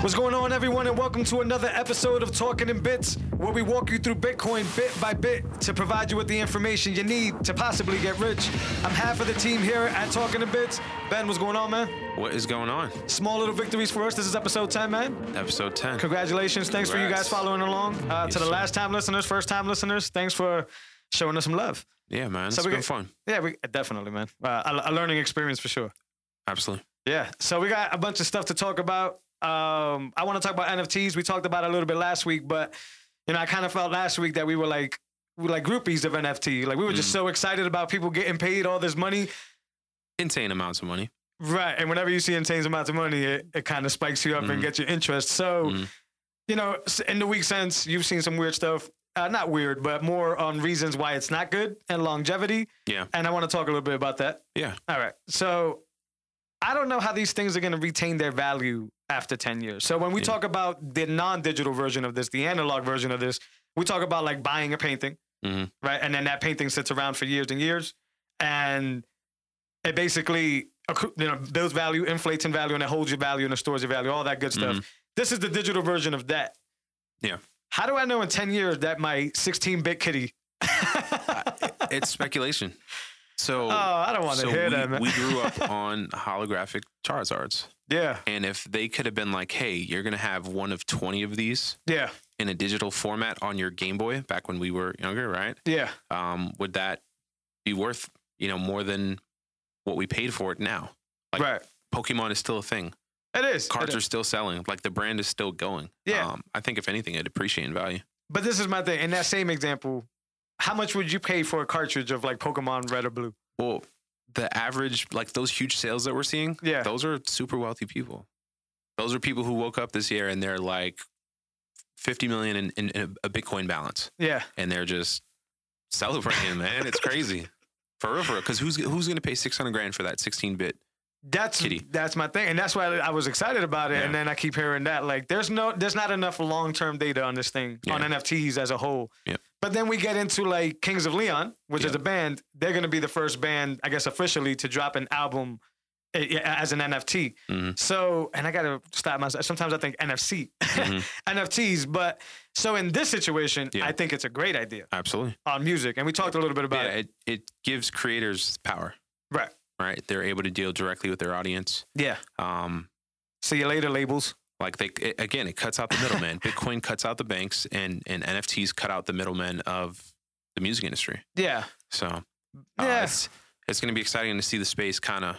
What's going on, everyone, and welcome to another episode of Talking in Bits, where we walk you through Bitcoin bit by bit to provide you with the information you need to possibly get rich. I'm half of the team here at Talking in Bits. Ben, what's going on, man? What is going on? Small little victories for us. This is episode 10, man. Episode 10. Congratulations. Thanks for you guys Congrats. following along. Uh, to the sir. last time listeners, first time listeners, thanks for showing us some love. Yeah, man. It's we been got- fun. Yeah, we definitely, man. Uh, a, a learning experience for sure. Absolutely. Yeah. So we got a bunch of stuff to talk about. Um, I want to talk about NFTs. We talked about it a little bit last week, but you know, I kind of felt last week that we were like we were like groupies of NFT. Like we were just so excited about people getting paid all this money. Insane amounts of money. Right. And whenever you see insane amounts of money, it, it kind of spikes you up and gets your interest. So, you know, s- in the week since, you've seen some weird stuff. Uh, not weird, but more on reasons why it's not good and longevity. Yeah. And I want to talk a little bit about that. Yeah. All right. So I don't know how these things are going to retain their value after 10 years. So when we talk about the non digital version of this, the analog version of this, we talk about like buying a painting, Mhm. right? And then that painting sits around for years and years. And it basically, accru- you know, builds value, inflates in value, and it holds your value and it stores your value, all that good stuff. This is the digital version of that. Mm-hmm. Yeah. How do I know in 10 years that my 16 bit kitty? It's speculation. So, Oh, I don't want to so hear we, that, man. we grew up on holographic Charizards. yeah. And if they could have been like, hey, you're going to have one of 20 of these Yeah. in a digital format on your Game Boy back when we were younger, right? Yeah. Um, would that be worth, you know, more than what we paid for it now? Like- right. Pokemon is still a thing. It is. It Cards is. are still selling. Like the brand is still going. Yeah. Um, I think if anything, it'd appreciate in value. But this is my thing. In that same example, how much would you pay for a cartridge of like Pokemon Red or Blue? Well, the average, like those huge sales that we're seeing, Yeah. those are super wealthy people. Those are people who woke up this year and they're like 50 million in, in, in a Bitcoin balance Yeah. and they're just celebrating, man. It's crazy. For real, for real. Because who's, who's going to pay 600 grand for that 16 bit? That's Kitty. that's my thing. And that's why I was excited about it. And Yeah. then I keep hearing that. Like there's no there's not enough long term data on this thing, on Yeah. NFTs as a whole. Yep. But then we get into like Kings of Leon, which is Yeah. a band. They're gonna be the first band, I guess, officially to drop an album uh, yeah, as an NFT. Mhm. So, and I gotta stop myself. Sometimes I think NFC, Mhm. NFTs. But so in this situation, Yeah. I think it's a great idea. Absolutely. on music, and we talked a little bit about it. But it, it gives creators power, Right. right? They're able to deal directly with their audience. Yeah. Um, See you later, labels. Like they it, again, it cuts out the middleman. Bitcoin cuts out the banks, and and NFTs cut out the middlemen of the music industry. Yeah. So uh, Yeah. it's it's going to be exciting to see the space kind of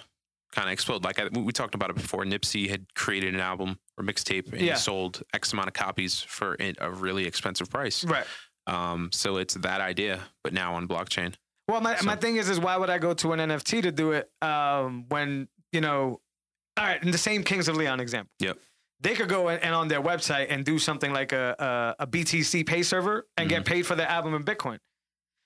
kind of explode. Like I, we talked about it before, Nipsey had created an album or mixtape and Yeah. he sold X amount of copies for a a really expensive price. Right. Um, so it's that idea, but now on blockchain. Well, my, my So- thing is, is why would I go to an NFT to do it um, when you know? All right, in the same Kings of Leon example. Yep. They could go and, and on their website and do something like a a, a BTC pay server and get Mm-hmm. paid for their album in Bitcoin.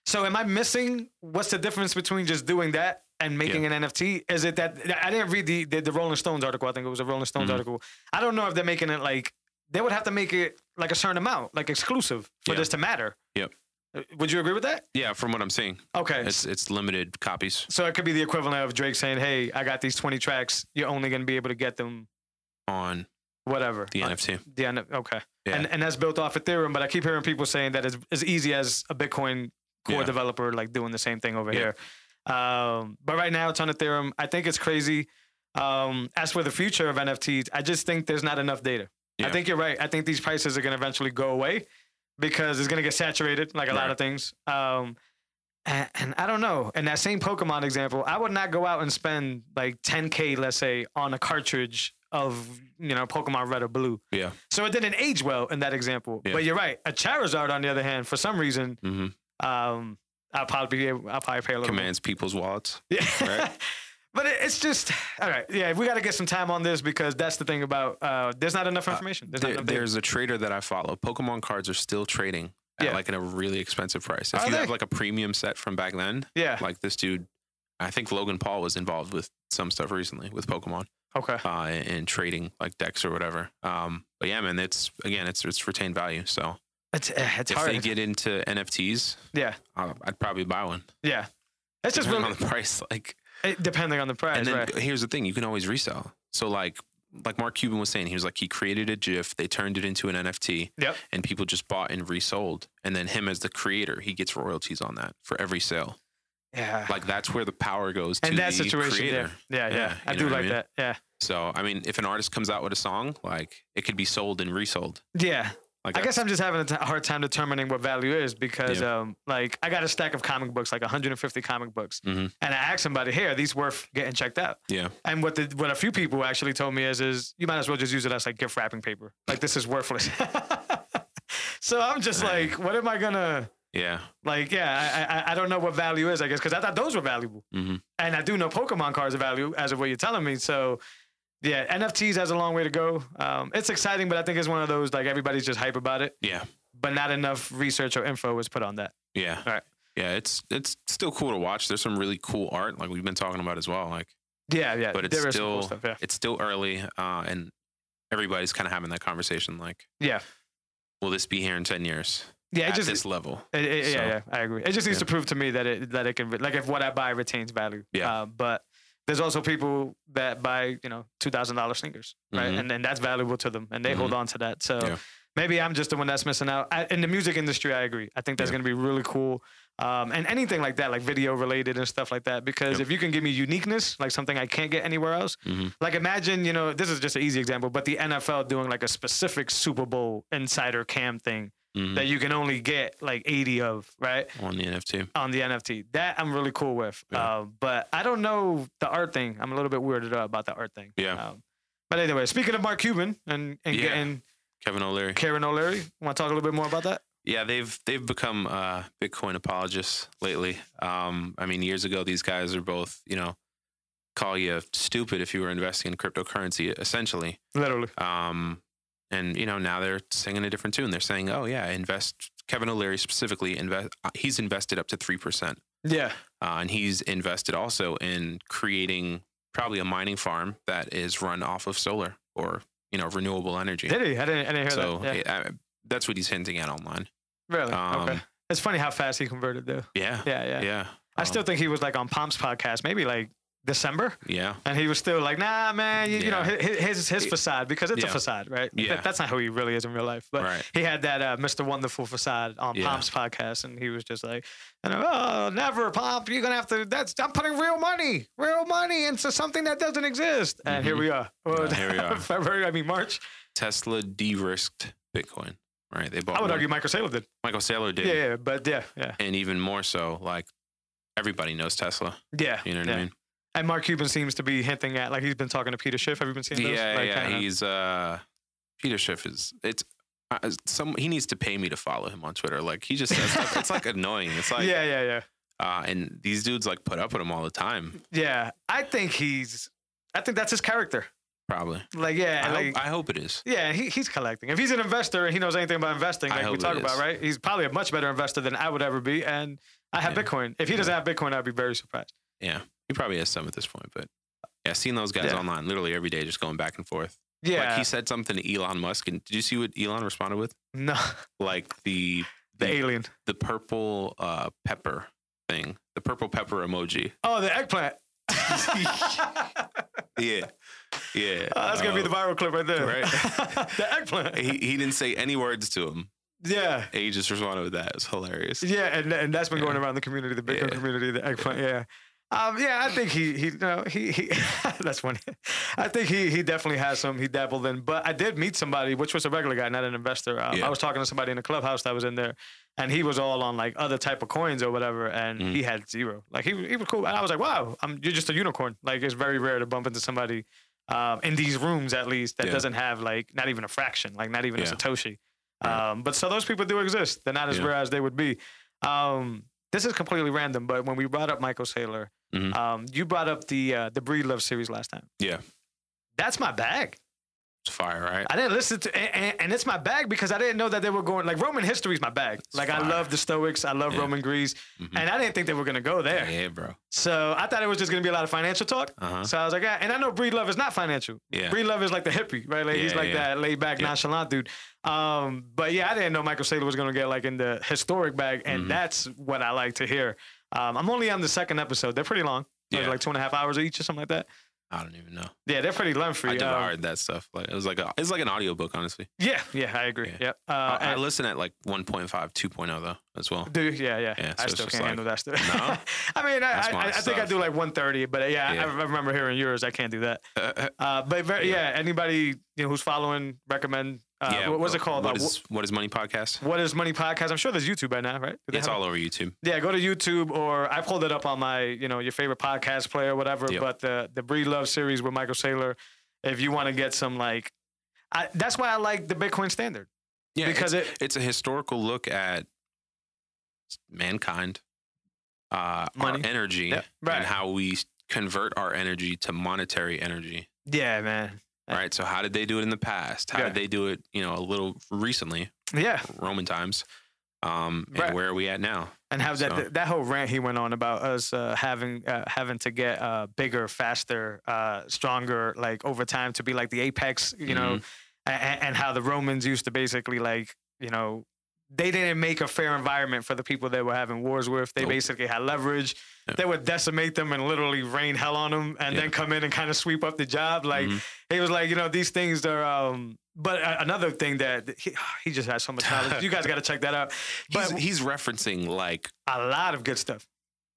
So am I missing? What's the difference between just doing that and making an NFT? Is it that I didn't read the, the the Rolling Stones article? I think it was a Rolling Stones Mhm. article. I don't know if they're making it like they would have to make it like a certain amount, like exclusive for Yeah. this to matter. Yep. Uh, Would you agree with that? Yeah, from what I'm seeing, Okay. it's it's limited copies. So it could be the equivalent of Drake saying, "Hey, I got these 20 tracks. You're only going to be able to get them On whatever." the Uh, NFT, The end. Okay. Yeah. And and that's built off Ethereum, but I keep hearing people saying that it's as easy as a Bitcoin core Yeah. developer like doing the same thing over Yeah. here. Um, but right now it's on Ethereum. I think it's crazy. Um, as for the future of NFTs, I just think there's not enough data. I Yeah. think you're right. I think these prices are going to eventually go away because it's going to get saturated, like a lot Right. of things. Um, and, and I don't know. In that same Pokemon example, I would not go out and spend like 10k, let's say, on a cartridge of you know Pokemon Red or Blue. yeah, So it didn't age well in that example. Yeah. But you're right. A Charizard, on the other hand, for some reason, hmm um, I'll probably be able, I'll probably pay a little. commands people's wallets. Bit. Yeah. Right. But it, it's just all right. Yeah, we got to get some time on this because that's the thing about uh, there's not enough information. There's not There- enough data. there's a trader that I follow. Pokemon cards are still trading Yeah. at like in a really expensive price. If Are you have they? like a premium set from back then, Yeah. like this dude, I think Logan Paul was involved with some stuff recently with Pokemon Okay. uh, and, and trading like decks or whatever. Um, but yeah, man, it's again, it's it's retained value. So It's eh, it's if hard. they get into NFTs, yeah. uh, I'd probably buy one. Yeah. It's just Depending really on the price, like, it- depending on the price, and then right? here's the thing: you can always resell. So like, like Mark Cuban was saying, he was like he created a GIF, they turned it into an NFT, Yep. and people just bought and resold. And then him as the creator, he gets royalties on that for every sale. Yeah. Like that's where the power goes to and that the situation, creator. yeah. yeah, yeah, Yeah, I you do know what I like mean? that. Yeah, So I mean, if an artist comes out with a song, like it could be sold and resold. yeah. Like I guess that's- I'm just having a t- hard time determining what value is because, um, like, I got a stack of comic books, like 150 comic books, Mhm. and I asked somebody, "Hey, are these worth getting checked out?" yeah, And what the what a few people actually told me is, is you might as well just use it as like gift wrapping paper. Like this is worthless. so I'm just Right. like, what am I gonna yeah. like? Yeah, I I, I don't know what value is. I guess because I thought those were valuable, Mm-hmm. and I do know Pokemon cards are value as of what you're telling me. So. Yeah, NFTs has a long way to go. Um, it's exciting, but I think it's one of those like everybody's just hype about it Yeah, but not enough research or info was put on that. yeah. All right. Yeah, it's it's still cool to watch. There's some really cool art, like we've been talking about as well. Like Yeah, yeah. But it's there is some cool still- stuff. Yeah, it's still early, uh, and everybody's kind of having that conversation. Like, yeah, will this be here in ten years yeah. It at just, this level? it- it- so- yeah, yeah. I agree. It just needs to Yeah. prove to me that it that it can like if what I buy retains value. Yeah. Uh, but there's also people that buy you know two thousand dollar sneakers, right? Mhm. And and that's valuable to them, and they hold on to that. So. Mm-hmm. Yeah. Maybe I'm just the one that's missing out. I, in the music industry, I agree. I think that's Yeah. going to be really cool. Um, and anything like that, like video related and stuff like that, because Yep. if you can give me uniqueness, like something I can't get anywhere else, Mhm. Like imagine, you know, this is just an easy example, but the NFL doing like a specific Super Bowl insider cam thing Mhm. that you can only get like 80 of, right? on the NFT. On the NFT. That I'm really cool with. Yeah. Uh, but I don't know the art thing. I'm a little bit weirded out about the art thing. Yeah. Um, but anyway, speaking of Mark Cuban and, and Yeah. getting Kevin O'Leary. Karen O'Leary, want to talk a little bit more about that? Yeah, they've they've become uh, Bitcoin apologists lately. Um, I mean, years ago, these guys are both you know call you stupid if you were investing in cryptocurrency, essentially. Literally. Um, and you know now they're singing a different tune. They're saying, "Oh yeah, invest." Kevin O'Leary specifically invest. He's invested up to three percent, Yeah. uh, and he's invested also in creating probably a mining farm that is run off of solar or you know renewable energy. Did he? I didn't, I didn't hear So that. Yeah. eh, I- that's what he's hinting at online. really? Um, okay. It's funny how fast he converted though. Yeah, Yeah, yeah. yeah. I Um, still think he was like on Pomp's podcast, maybe like December. yeah. And he was still like, nah, man, you, you know, Yeah. his, his, his Yeah. facade, because it's a Yeah. facade, right? That- Yeah. that's not who he really is in real life. But right. he had that uh, Mr. Wonderful facade on Yeah. Pomp's podcast, and he was just like, and, oh, never, Pomp, you're going to have to, that's, I'm putting real money, real money into something that doesn't exist. And here Mhm. we are. Well, Yeah, here we are. February, I mean, March. Tesla de-risked Bitcoin. Right. They bought. I would one- argue Michael Saylor did. Michael Saylor did, Yeah, yeah, but yeah, yeah. and even more so, like everybody knows Tesla. Yeah. You know what yeah. I mean? And Mark Cuban seems to be hinting at, like, he's been talking to Peter Schiff. Have you been seeing those? Yeah, Like, yeah. kinda- He's uh, Peter Schiff is it's. Uh, some he needs to pay me to follow him on Twitter. Like he just says stuff. It's like annoying. It's like yeah, yeah, yeah. Uh, and these dudes like put up with him all the time. Yeah, I think he's. I think that's his character. Probably. Like, yeah, I, like, hope, I hope it is. yeah, he, he's collecting. If he's an investor and he knows anything about investing, I like we hope it talk about, is. right? He's probably a much better investor than I would ever be. And I have Yeah. Bitcoin. If he doesn't have Bitcoin, I'd be very surprised. He probably has some at this point, but yeah, seeing those guys Yeah. online literally every day, just going back and forth. Yeah, Like he said something to Elon Musk, and did you see what Elon responded with? no, Like the the the, alien. the purple uh, pepper thing, the purple pepper emoji. Oh, the eggplant. Yeah, yeah. Oh, that's gonna be the viral clip right there. right. the eggplant. he he didn't say any words to him. yeah. He just responded with that. It was hilarious. Yeah, and and that's been going Yeah. around the community, the Bitcoin Yeah. community, the eggplant. Yeah. Um, yeah, I think he he no he he that's funny. I think he he definitely has some he dabbled in. But I did meet somebody, which was a regular guy, not an investor. Um, I Yeah. was talking to somebody in the clubhouse that was in there, and he was all on like other type of coins or whatever, and Mhm. he had zero. Like he he was cool, and I was like, wow, i you're just a unicorn. Like it's very rare to bump into somebody um, in these rooms at least that Yeah. doesn't have like not even a fraction, like not even a Yeah. satoshi. Right. Um, but so those people do exist. They're not as Yeah. rare as they would be. Um, this is completely random, but when we brought up Michael Saylor, Mhm. um, you brought up the uh, the Breedlove series last time. Yeah. that's my bag. It's fire, right? I didn't listen to, and, and, and it's my bag because I didn't know that they were going like Roman history is my bag. like I fire. love the Stoics, I love Yeah. Roman Greece, Mhm. and I didn't think they were gonna go there. Yeah, bro. So I thought it was just gonna be a lot of financial talk. Uh huh. So I was like, yeah. and I know Breedlove is not financial. Yeah. Breedlove is like the hippie, right? Like he's Yeah, like yeah. that laid back, Yeah. nonchalant dude. Um, but yeah, I didn't know Michael Saylor was gonna get like in the historic bag, and Mhm. that's what I like to hear. Um, I'm only on the second episode. They're pretty long, They're Yeah. like two and a half hours each or something like that. I don't even know. Yeah, they're pretty lengthy. I uh, devoured that stuff. Like it was like a, it's like an audiobook, honestly. yeah, yeah, I agree. Yeah. Yep. Uh, I, I and- listen at like 1.5, 2.0 oh, though as well. Dude, yeah, yeah. Yeah, so I it's still just can't like, handle that stuff. no? I mean, I, That's I, my I think I stuff. do like 130, but uh, yeah, Yeah. I remember hearing yours. I can't do that. Uh, but very, yeah. Yeah. anybody you know, who's following, recommend. Uh, yeah, what, what's it uh, called? What Uh, is what is money podcast? wh- what is Money Podcast? I'm sure there's YouTube by now, right? Do they It's have it? all over YouTube. Yeah, go to YouTube or I pulled it up on my, you know, your favorite podcast player, whatever. Yep. But the the Breed Love series with Michael Saylor, if you want to get some like, I, that's why I like the Bitcoin standard Yeah, because it, it's a historical look at mankind, uh, Money. our energy, Yeah, right. and how we s- convert our energy to monetary energy. yeah, man, Yeah. Right. So how did they do it in the past? How Yeah. did they do it? You know, a little recently, yeah, Roman times. Um, and Right. where are we at now? and have that So- that whole rant he went on about us uh, having uh, having to get uh, bigger, faster, uh, stronger, like over time to be like the apex, you know, Mm-hmm. and, and how the Romans used to basically like you know they didn't make a fair environment for the people they were having wars with. They Nope. basically had leverage. Yeah. They would decimate them and literally rain hell on them, and Yeah. then come in and kind of sweep up the job. Like Mhm. he was like, you know, these things are. um But uh, another thing that he, he just has so much knowledge. You guys got to check that out. he's, But he's referencing like a lot of good stuff.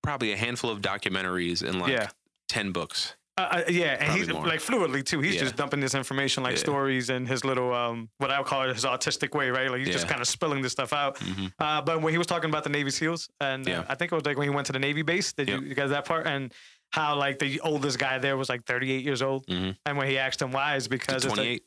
probably a handful of documentaries and like Yeah. ten books. Uh, uh, yeah, and he's Probably more. like fluidly too. He's Yeah. just dumping this information like Yeah. stories in his little um what I would call it his autistic way, right? Like he's just Yeah. kind of spilling this stuff out. hmm Uh, but when he was talking about the Navy SEALs, and uh, Yeah. I think it was like when he went to the Navy base, did you, Yep. you guys that part? And how like the oldest guy there was like 38 years old, Mhm. and when he asked him why, is because it's, like, Twenty eight.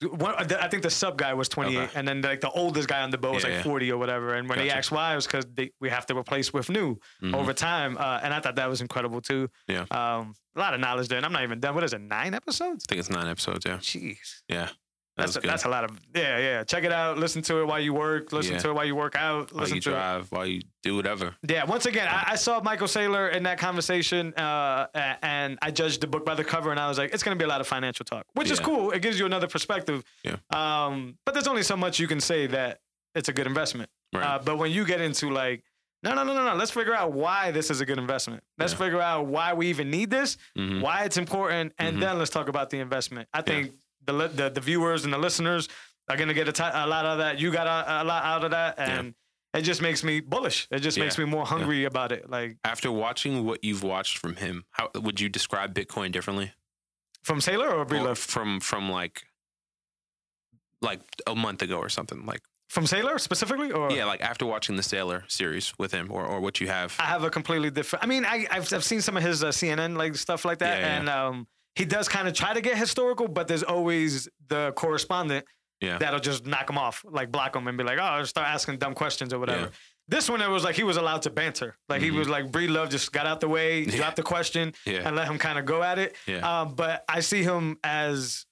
one, I think the sub guy was 28, Okay. and then like the oldest guy on the boat was Yeah, like yeah. 40 or whatever. And when they Gotcha. asked why, it was because we have to replace with new Mhm. over time. Uh, and I thought that was incredible too. Yeah. Um, a lot of knowledge there, and I'm not even done. What is it? Nine episodes? I think it's nine episodes. Yeah, Jeez. yeah. That That's was a, good. that's a lot of yeah yeah. Check it out. Listen to it while you work. Listen Yeah. to it while you work out. while Listen you to it. drive, while you do whatever. Yeah, once again, I, I saw Michael Saylor in that conversation, uh, a- and I judged the book by the cover, and I was like, it's going to be a lot of financial talk, which is Yeah. cool. It gives you another perspective. Yeah. Um, but there's only so much you can say that it's a good investment. Right. Uh, but when you get into like, no, no, no, no, no, let's figure out why this is a good investment. Let's Yeah. figure out why we even need this, Mhm. why it's important, and Mhm. then let's talk about the investment. I think the, li- the the viewers and the listeners are gonna get a ti- a lot of that. You got a, a lot out of that, Yeah. and it just makes me bullish. It just makes me Yeah. more hungry about it. Like After watching what you've watched from him, how would you describe Bitcoin differently? from Sailor or Or Breedlove? from from like like a month ago or something. Like From Sailor specifically, or yeah, like after watching the Sailor series with him, or or what you have. I have a completely different. I mean, I, I've I've seen some of his uh, CNN like stuff like that, Yeah, yeah. and um, he does kind of try to get historical, but there's always the correspondent Yeah. that'll just knock him off, like block him, and be like, "Oh, start asking dumb questions or whatever." Yeah. This one, it was like he was allowed to banter. Like he Mhm. was like, Breedlove just got out the way, Yeah. dropped the question, yeah, and let him kind of go at it. yeah, Um, but I see him as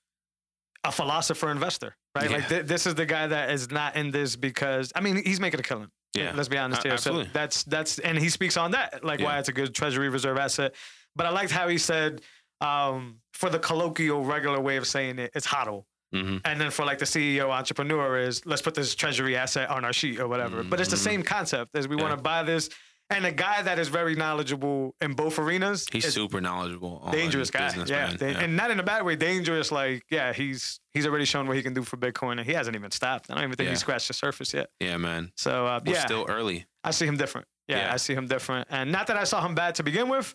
a philosopher investor, right? Like Yeah. th- this is the guy that is not in this because I mean he's making a killing. yeah. Let's be honest A- here. So absolutely. that's that's and he speaks on that, like why Yeah. it's a good treasury reserve asset. But I liked how he said, um, for the colloquial regular way of saying it, it's hodl. Mhm. And then for like the CEO entrepreneur is let's put this treasury asset on our sheet or whatever. But it's the Mhm. same concept as we Yeah. want to buy this. And a guy that is very knowledgeable in both arenas. He's is super knowledgeable. on dangerous guy. business, yeah, man. dan- yeah. and not in a bad way. Dangerous, like yeah, he's he's already shown what he can do for Bitcoin, and he hasn't even stopped. I don't even think he Yeah. scratched the surface yet. Yeah, man. So uh, We're yeah, still early. I see him different. Yeah, Yeah. I see him different, and not that I saw him bad to begin with,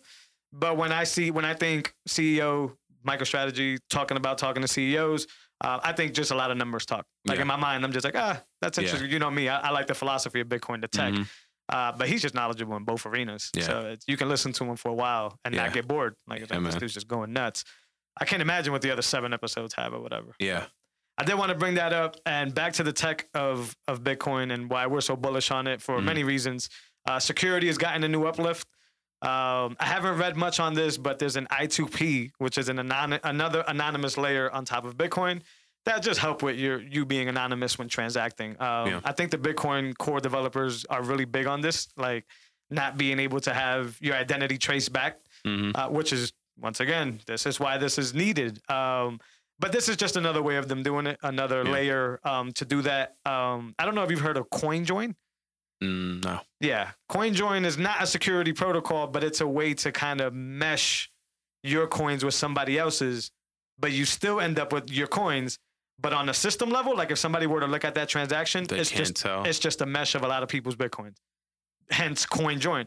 but when I see when I think E CEO MicroStrategy talking about talking to CEOs. Uh, I think just a lot of numbers talk. Like Yeah. in my mind, I'm just like, ah, that's Yeah. interesting. You know me, I, I like the philosophy of Bitcoin, the tech. Mhm. Uh, but he's just knowledgeable in both arenas. Yeah. So it's, you can listen to him for a while and Yeah. not get bored. Like, it's Yeah, like, this man. dude's just going nuts. I can't imagine what the other seven episodes have or whatever. Yeah, I did want to bring that up and back to the tech of of Bitcoin and why we're so bullish on it for Mhm. many reasons. Uh, security has gotten a new uplift. Um, I haven't read much on this, but there's an I2P, which is an anon- another anonymous layer on top of Bitcoin that just help with your you being anonymous when transacting. Um, Yeah. I think the Bitcoin core developers are really big on this, like not being able to have your identity traced back hmm uh, which is once again, this is why this is needed. Um, but this is just another way of them doing it, another Yeah. layer um, to do that. Um, I don't know if you've heard of CoinJoin. mm, no. Yeah, CoinJoin is not a security protocol, but it's a way to kind of mesh your coins with somebody else's, but you still end up with your coins. But on a system level, like if somebody were to look at that transaction, They it's can't just tell. it's just a mesh of a lot of people's bitcoins. Hence, coin join.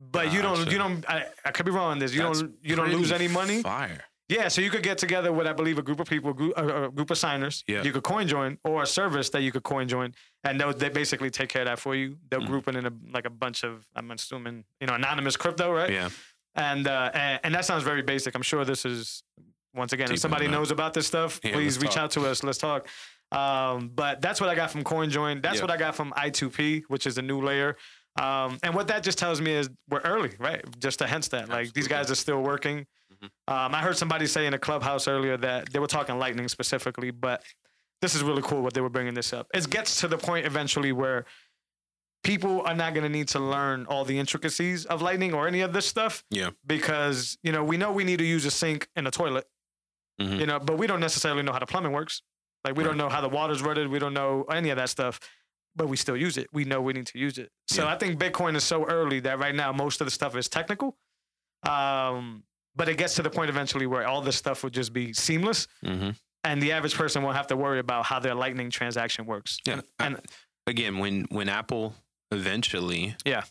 But you don't, Gotcha. you don't. I, I could be wrong on this. You That's don't, you don't pretty lose any money. Fire. Yeah, so you could get together with, I believe, a group of people, a group, a, a group of signers. Yeah. You could coin join or a service that you could coin join, and they'll they basically take care of that for you. They'll Mm. group it in a, like a bunch of, I'm assuming, you know, anonymous crypto, right? Yeah. And, uh, and and that sounds very basic. I'm sure this is once again, Deep if somebody in the knows about this stuff, Yeah, please let's reach talk. out to us. Let's talk. Um, but that's what I got from CoinJoin. That's Yeah. what I got from I2P, which is a new layer. Um, and what that just tells me is we're early, right? Just to hence that, like these Absolutely. Mm-hmm. guys are still working. Um, I heard somebody say in a clubhouse earlier that they were talking Lightning specifically, but this is really cool what they were bringing this up. It gets to the point eventually where people are not going to need to learn all the intricacies of Lightning or any of this stuff. Yeah. Because, you know, we know we need to use a sink and a toilet Mhm. you know, but we don't necessarily know how the plumbing works. Like we don't know how the water's routed. We don't know any of that stuff, but we still use it. We know we need to use it. So Yeah. I think Bitcoin is so early that right now most of the stuff is technical. Um, but it gets to the point eventually where all this stuff will just be seamless, Mm-hmm. and the average person won't have to worry about how their Lightning transaction works. Yeah. And- I- again, when when Apple eventually Yeah.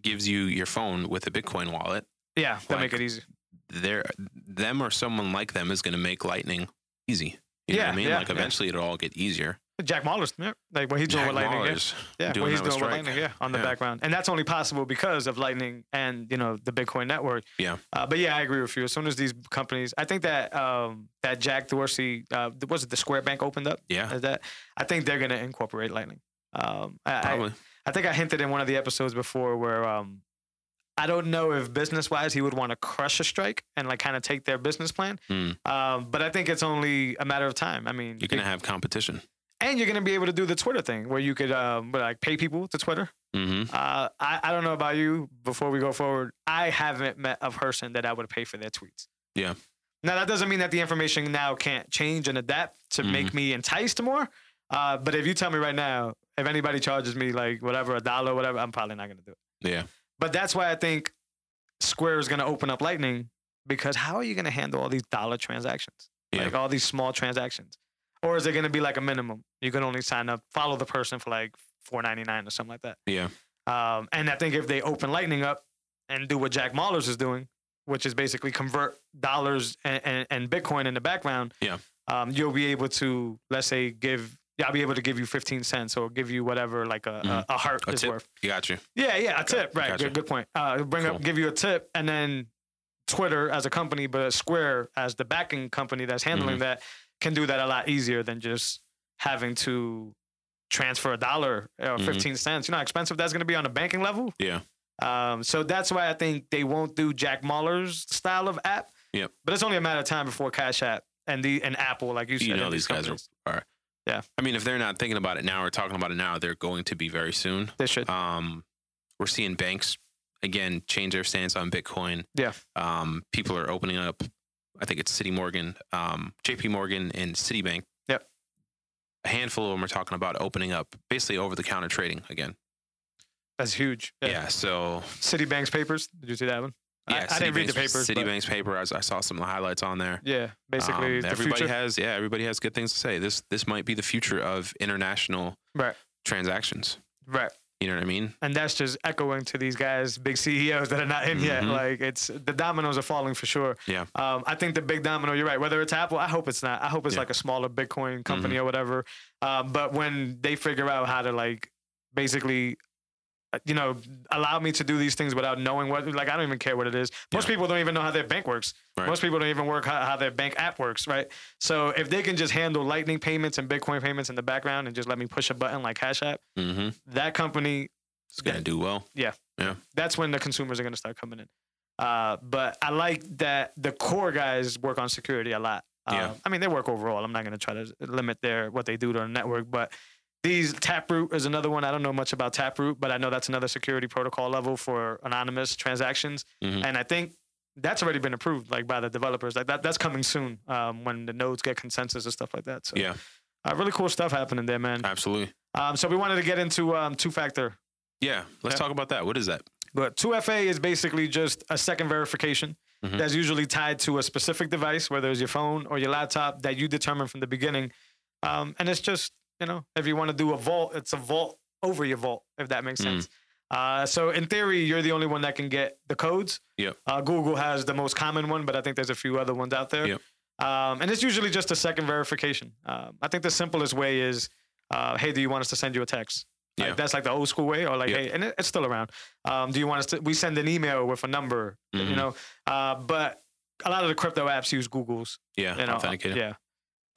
gives you your phone with a Bitcoin wallet, Yeah, that Like, make it easy. there them or someone like them is going to make Lightning easy. You know Yeah, what I mean? yeah, like yeah. eventually it'll all get easier. Jack Mahler's yeah, like what he's doing with Lightning. yeah. Mahler's Yeah, doing what he's that with doing with Strike. Lightning, yeah, on the Yeah. background, and that's only possible because of Lightning and you know the Bitcoin network. Yeah. uh, but yeah, I agree with you. As soon as these companies, I think that um, that Jack Dorsey, uh, th- was it the Square Bank opened up? Yeah, Is that I think they're going to incorporate Lightning. Um, I, I, probably. I think I hinted in one of the episodes before where um, I don't know if business wise he would want to crush a strike and like kind of take their business plan, Mm. um, but I think it's only a matter of time. I mean, You're going to have competition. and you're going to be able to do the Twitter thing where you could um, like pay people to Twitter. Mm-hmm. Uh, I, I don't know about you. Before we go forward, I haven't met a person that I would pay for their tweets. Yeah. Now that doesn't mean that the information now can't change and adapt to Mm-hmm. make me enticed more. Uh, but if you tell me right now, if anybody charges me like whatever a dollar, whatever, I'm probably not gonna do it. Yeah. But that's why I think Square is gonna open up Lightning because how are you gonna handle all these dollar transactions, Yeah. like all these small transactions, or is it gonna be like a minimum? You can only sign up, follow the person for like four ninety nine or something like that. Yeah. Um, and I think if they open Lightning up and do what Jack Mahler's is doing, which is basically convert dollars and, and, and Bitcoin in the background, Yeah. um, you'll be able to, let's say, give, yeah, I'll be able to give you 15 cents or give you whatever, like a, Mhm. a, a heart A is tip. worth. You got you. Yeah, yeah, a tip. Right. gotcha. Good, good point. Uh, bring Cool. up, give you a tip, and then Twitter as a company, but Square as the backing company that's Mm-hmm. handling that can do that a lot easier than just having to transfer a dollar or Mhm. 15 cents. You know how expensive that's going to be on a banking level? Yeah. Um, so that's why I think they won't do Jack Mahler's style of app. Yep. But it's only a matter of time before Cash App and the and Apple, like you said. You know and these guys are, companies. are. Yeah. I mean, if they're not thinking about it now or talking about it now, they're going to be very soon. They should. Um, we're seeing banks again change their stance on Bitcoin. Yeah. Um, people are opening up. I think it's City Morgan, um, J.P. Morgan, and Citibank. Yep. A handful of them are talking about opening up basically over-the-counter trading again. That's huge. Yeah. so Citibank's papers. Did you see that one? I- yeah, I, didn't read the Citibank's- papers. but- Citibank's paper. I, I saw some of the highlights on there. Yeah, basically Um, the everybody future. has yeah everybody has good things to say this this might be the future of international Right. transactions right, you know what i mean and that's just echoing to these guys, big CEOs that are not in yet. Mhm. Like it's the dominoes are falling for sure. Yeah. um, I think the big domino. You're right. Whether it's Apple, I hope it's not. I hope it's Yeah. Mm-hmm. like a smaller Bitcoin company or whatever. Um, but when they figure out how to like basically. uh, You know, allow me to do these things without knowing what. Like, I don't even care what it is. Most people don't even know how their bank works. Right. Most people don't even work how, how their bank app works, right? So if they can just handle Lightning payments and Bitcoin payments in the background and just let me push a button like Cash App, mm-hmm. that company it's gonna Yeah. do well that's when the consumers are going to start coming in uh, but i like that the core guys work on security a lot uh, Yeah. i mean they work overall i'm not going to try to limit their what they do to the network but these taproot is another one i don't know much about taproot but i know that's another security protocol level for anonymous transactions Mhm. and i think that's already been approved like by the developers like that that's coming soon um, when the nodes get consensus and stuff like that so yeah uh, really cool stuff happening there man absolutely um, so we wanted to get into um, two factor yeah let's Yeah. talk about that what is that but 2FA is basically just a second verification. Mhm. that's usually tied to a specific device, whether it's your phone or your laptop, that you determine from the beginning. Um, and it's just, you know, if you want to do a vault, it's a vault over your vault, if that makes Mm. sense. Uh, so in theory, you're the only one that can get the codes. Yep. Uh, Google has the most common one, but I think there's a few other ones out there. Yep. Um, and it's usually just a second verification. Um, I think the simplest way is, uh, hey, do you want us to send you a text? Like, Yeah. That's like the old school way, or like, Yep. hey, and it, it's still around. Um, do you want us to? We send an email with a number, you Mhm. know. Uh, but a lot of the crypto apps use Google's, Yeah, you know. uh, authenticated. Yeah.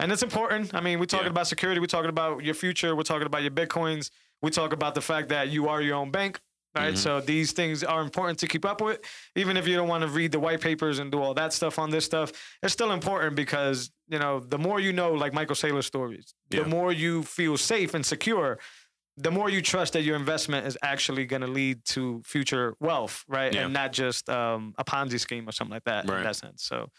And it's important. I mean, we're talking Yeah. about security. We're talking about your future. We're talking about your bitcoins. We talk about the fact that you are your own bank. Right. Mhm. So these things are important to keep up with. Even if you don't want to read the white papers and do all that stuff on this stuff, it's still important because, you know, the more you know, like Michael Saylor's stories, Yeah. the more you feel safe and secure, the more you trust that your investment is actually going to lead to future wealth. Right. Yeah. And not just um, a Ponzi scheme or something like that Right. in that sense. So,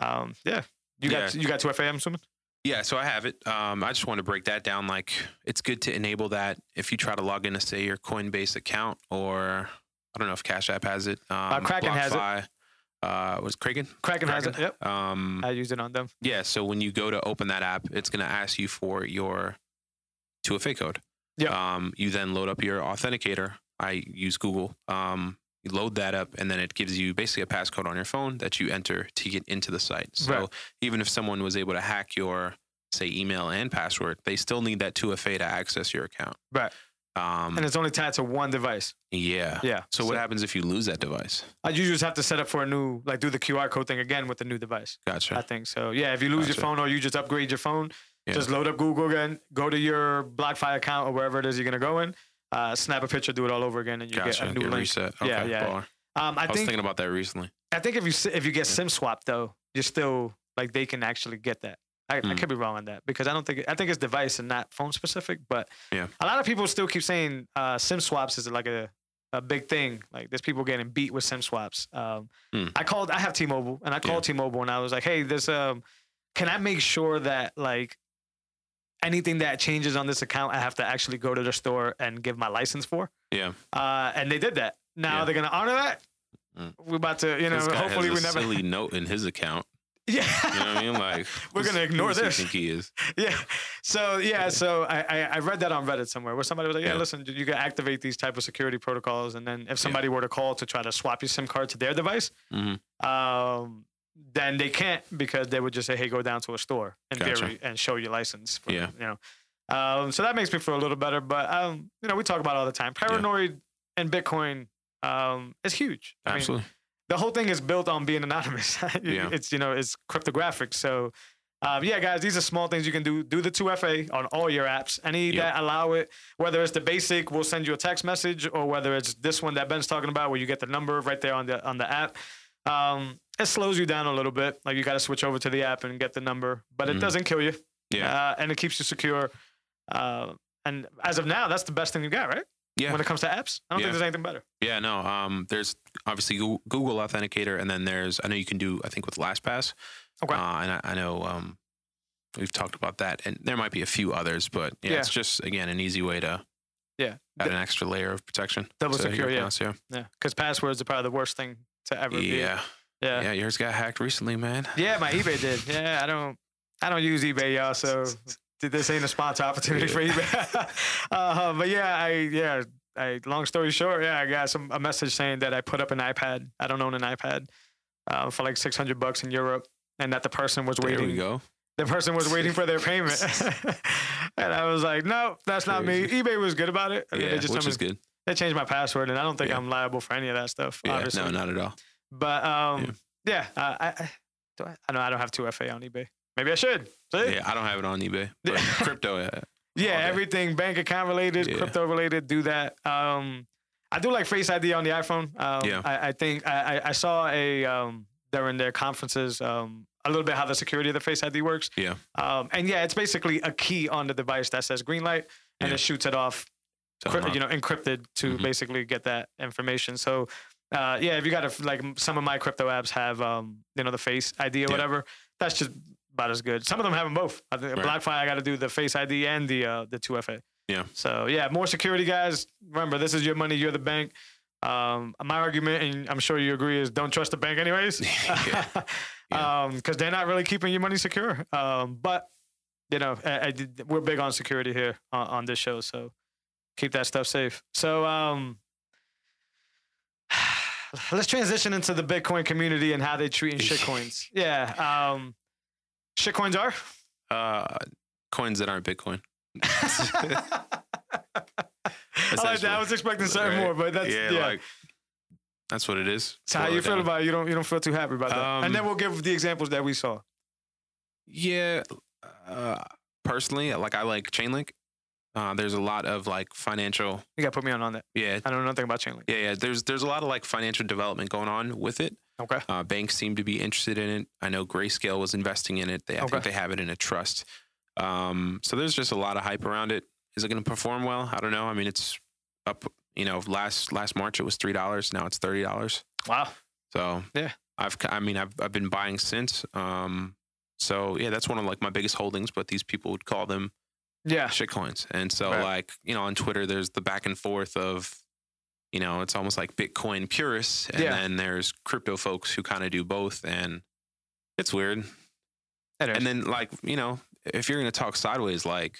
um, yeah. You got you got two FA, I'm assuming. Yeah, so I have it. Um, I just want to break that down. Like, it's good to enable that if you try to log into, say, your Coinbase account, or I don't know if Cash App has it. Um, Kraken has it. has it. Uh, was Kraken? Kraken has it. Yep, Um, I used it on them. yeah, so when you go to open that app, it's going to ask you for your 2FA code. Yep. Um, you then load up your authenticator. I use Google. Um, you load that up, and then it gives you basically a passcode on your phone that you enter to get into the site. So Right. even if someone was able to hack your, say, email and password, they still need that 2FA to access your account. Right. Um, And it's only tied to one device. yeah. Hmm. Yeah. So, what happens if you lose that device? I you just have to set up for a new, like, do the QR code thing again with the new device. I Gotcha. think so. Yeah, if you lose your Gotcha. phone or you just upgrade your phone, Yeah. just load up Google again, go to your BlockFi account or wherever it is you're gonna go in, uh, snap a picture, do it all over again, and you Gotcha. get a new Get link. reset. Okay. Yeah, yeah. baller. Um, I I was think thinking about that recently. I think if you si- if you get SIM swap though, you're still like they can actually get that. I, I Mm. could be wrong on that because I don't think I think it's device and not phone specific. But Yeah. a lot of people still keep saying uh, SIM swaps is like a a big thing. Like there's people getting beat with SIM swaps. Um, Mm. I called. I have T-Mobile and I called T-Mobile and I was like, hey, there's um, can I make sure that like anything that changes on this account, I have to actually go to the store and give my license for. Yeah. Uh, and they did that. Now Yeah. they're gonna honor that. Mm. We're about to, you know, this guy hopefully we has a never. silly note in his account. Yeah. You know what I mean? Like We're who's- gonna ignore who does he this. Think he is. yeah. So yeah, so I, I I read that on Reddit somewhere where somebody was like, yeah, Yeah. listen, you can activate these type of security protocols, and then if somebody were to call to try to swap your SIM card to their device, Mhm. um, then they can't because they would just say, hey, go down to a store in Gotcha. theory and show your license. For, Yeah. You know. Um, so that makes me feel a little better, but um, you know, we talk about it all the time paranoid and Bitcoin. Um, is huge. I mean, Absolutely. the whole thing is built on being anonymous. Yeah. It's you know it's cryptographic. So um, yeah, guys, these are small things you can do. Do the two FA on all your apps. Any Yep. that allow it, whether it's the basic, we'll send you a text message, or whether it's this one that Ben's talking about, where you get the number right there on the on the app. Um, it slows you down a little bit. Like you got to switch over to the app and get the number, but it Mhm. doesn't kill you. Yeah. Uh, and it keeps you secure. Uh, and as of now, that's the best thing you got, right? Yeah. When it comes to apps, I don't Yeah. think there's anything better. yeah. No. Um. There's obviously Goo- Google Authenticator, and then there's I know you can do I think with LastPass. Okay. Uh, and I, I know um, we've talked about that, and there might be a few others, but yeah, Yeah. it's just again an easy way to Yeah. add an extra layer of protection. Double to your secure, yeah. accounts, yeah. Yeah. Because passwords are probably the worst thing to ever be. Yeah. Yeah. Yeah. Yours got hacked recently, man. Yeah, my eBay did. Yeah, I don't I don't use eBay, y'all. So th- this ain't a sponsor opportunity for eBay. uh, but yeah, I yeah, I long story short, yeah, I got some a message saying that I put up an iPad. I don't own an iPad uh, for like six hundred bucks in Europe, and that the person was There waiting. we go. The person was waiting for their payment, and I was like, no, that's not me. eBay was good about it. I mean, Yeah, they just told which me- is good. they changed my password, and I don't think Yeah. I'm liable for any of that stuff. Yeah, obviously, no, not at all. but um, yeah, uh, I, I do. I, I know I don't have two FA on eBay. Maybe I should. See? Yeah, I don't have it on eBay. Yeah. But crypto, uh, Yeah, Okay. everything bank account related, Yeah. crypto related, do that. Um, I do like Face ID on the iPhone. Um, Yeah. I, I think I, I- I saw a um, during their conferences um, a little bit how the security of the Face ID works. Yeah. Um, and yeah, it's basically a key on the device that says green light and Yeah. it shoots it off to crypt- unlock. you know encrypted to Mhm. basically get that information so uh, yeah if you got a, f- like m- some of my crypto apps have um, you know the face id or Yeah. whatever that's just about as good some of them have them both i think Right. blackfi i got to do the face id and the uh, the 2fa Yeah. so yeah more security guys remember this is your money you're the bank Um, my argument, and I'm sure you agree, is don't trust the bank anyways, Yeah. because Yeah. they're not really keeping your money secure. Um, but you know, I, I did- we're big on security here on, on this show, so keep that stuff safe. So um, let's transition into the Bitcoin community and how they treat shitcoins. Yeah, um, shitcoins are. Uh, coins that aren't Bitcoin. I like that. I Essentially. was expecting something Right. more, but that's yeah, yeah. like that's what it is. so how Boil you it feel down. about it? You don't you don't feel too happy about that. Um, and then we'll give the examples that we saw. Yeah, uh, personally, like I like Chainlink. Uh, there's a lot of like financial. You got to put me on on that. Yeah, I don't know nothing about Chainlink. yeah, yeah. There's there's a lot of like financial development going on with it. Okay. Uh, banks seem to be interested in it. I know Grayscale was investing in it. They, I Okay. think they have it in a trust. Um, so there's just a lot of hype around it. Is it going to perform well? I don't know. I mean, it's up. You know, last last March it was three dollars. Now it's thirty dollars. Wow. So Yeah. I've I mean I've I've been buying since. Um, so yeah, that's one of like my biggest holdings. But these people would call them Yeah. shit coins. And so Right. like, you know, on Twitter there's the back and forth of you know, it's almost like Bitcoin purists and Yeah. then there's crypto folks who kind of do both and it's weird. It is. And then like, you know, if you're going to talk sideways like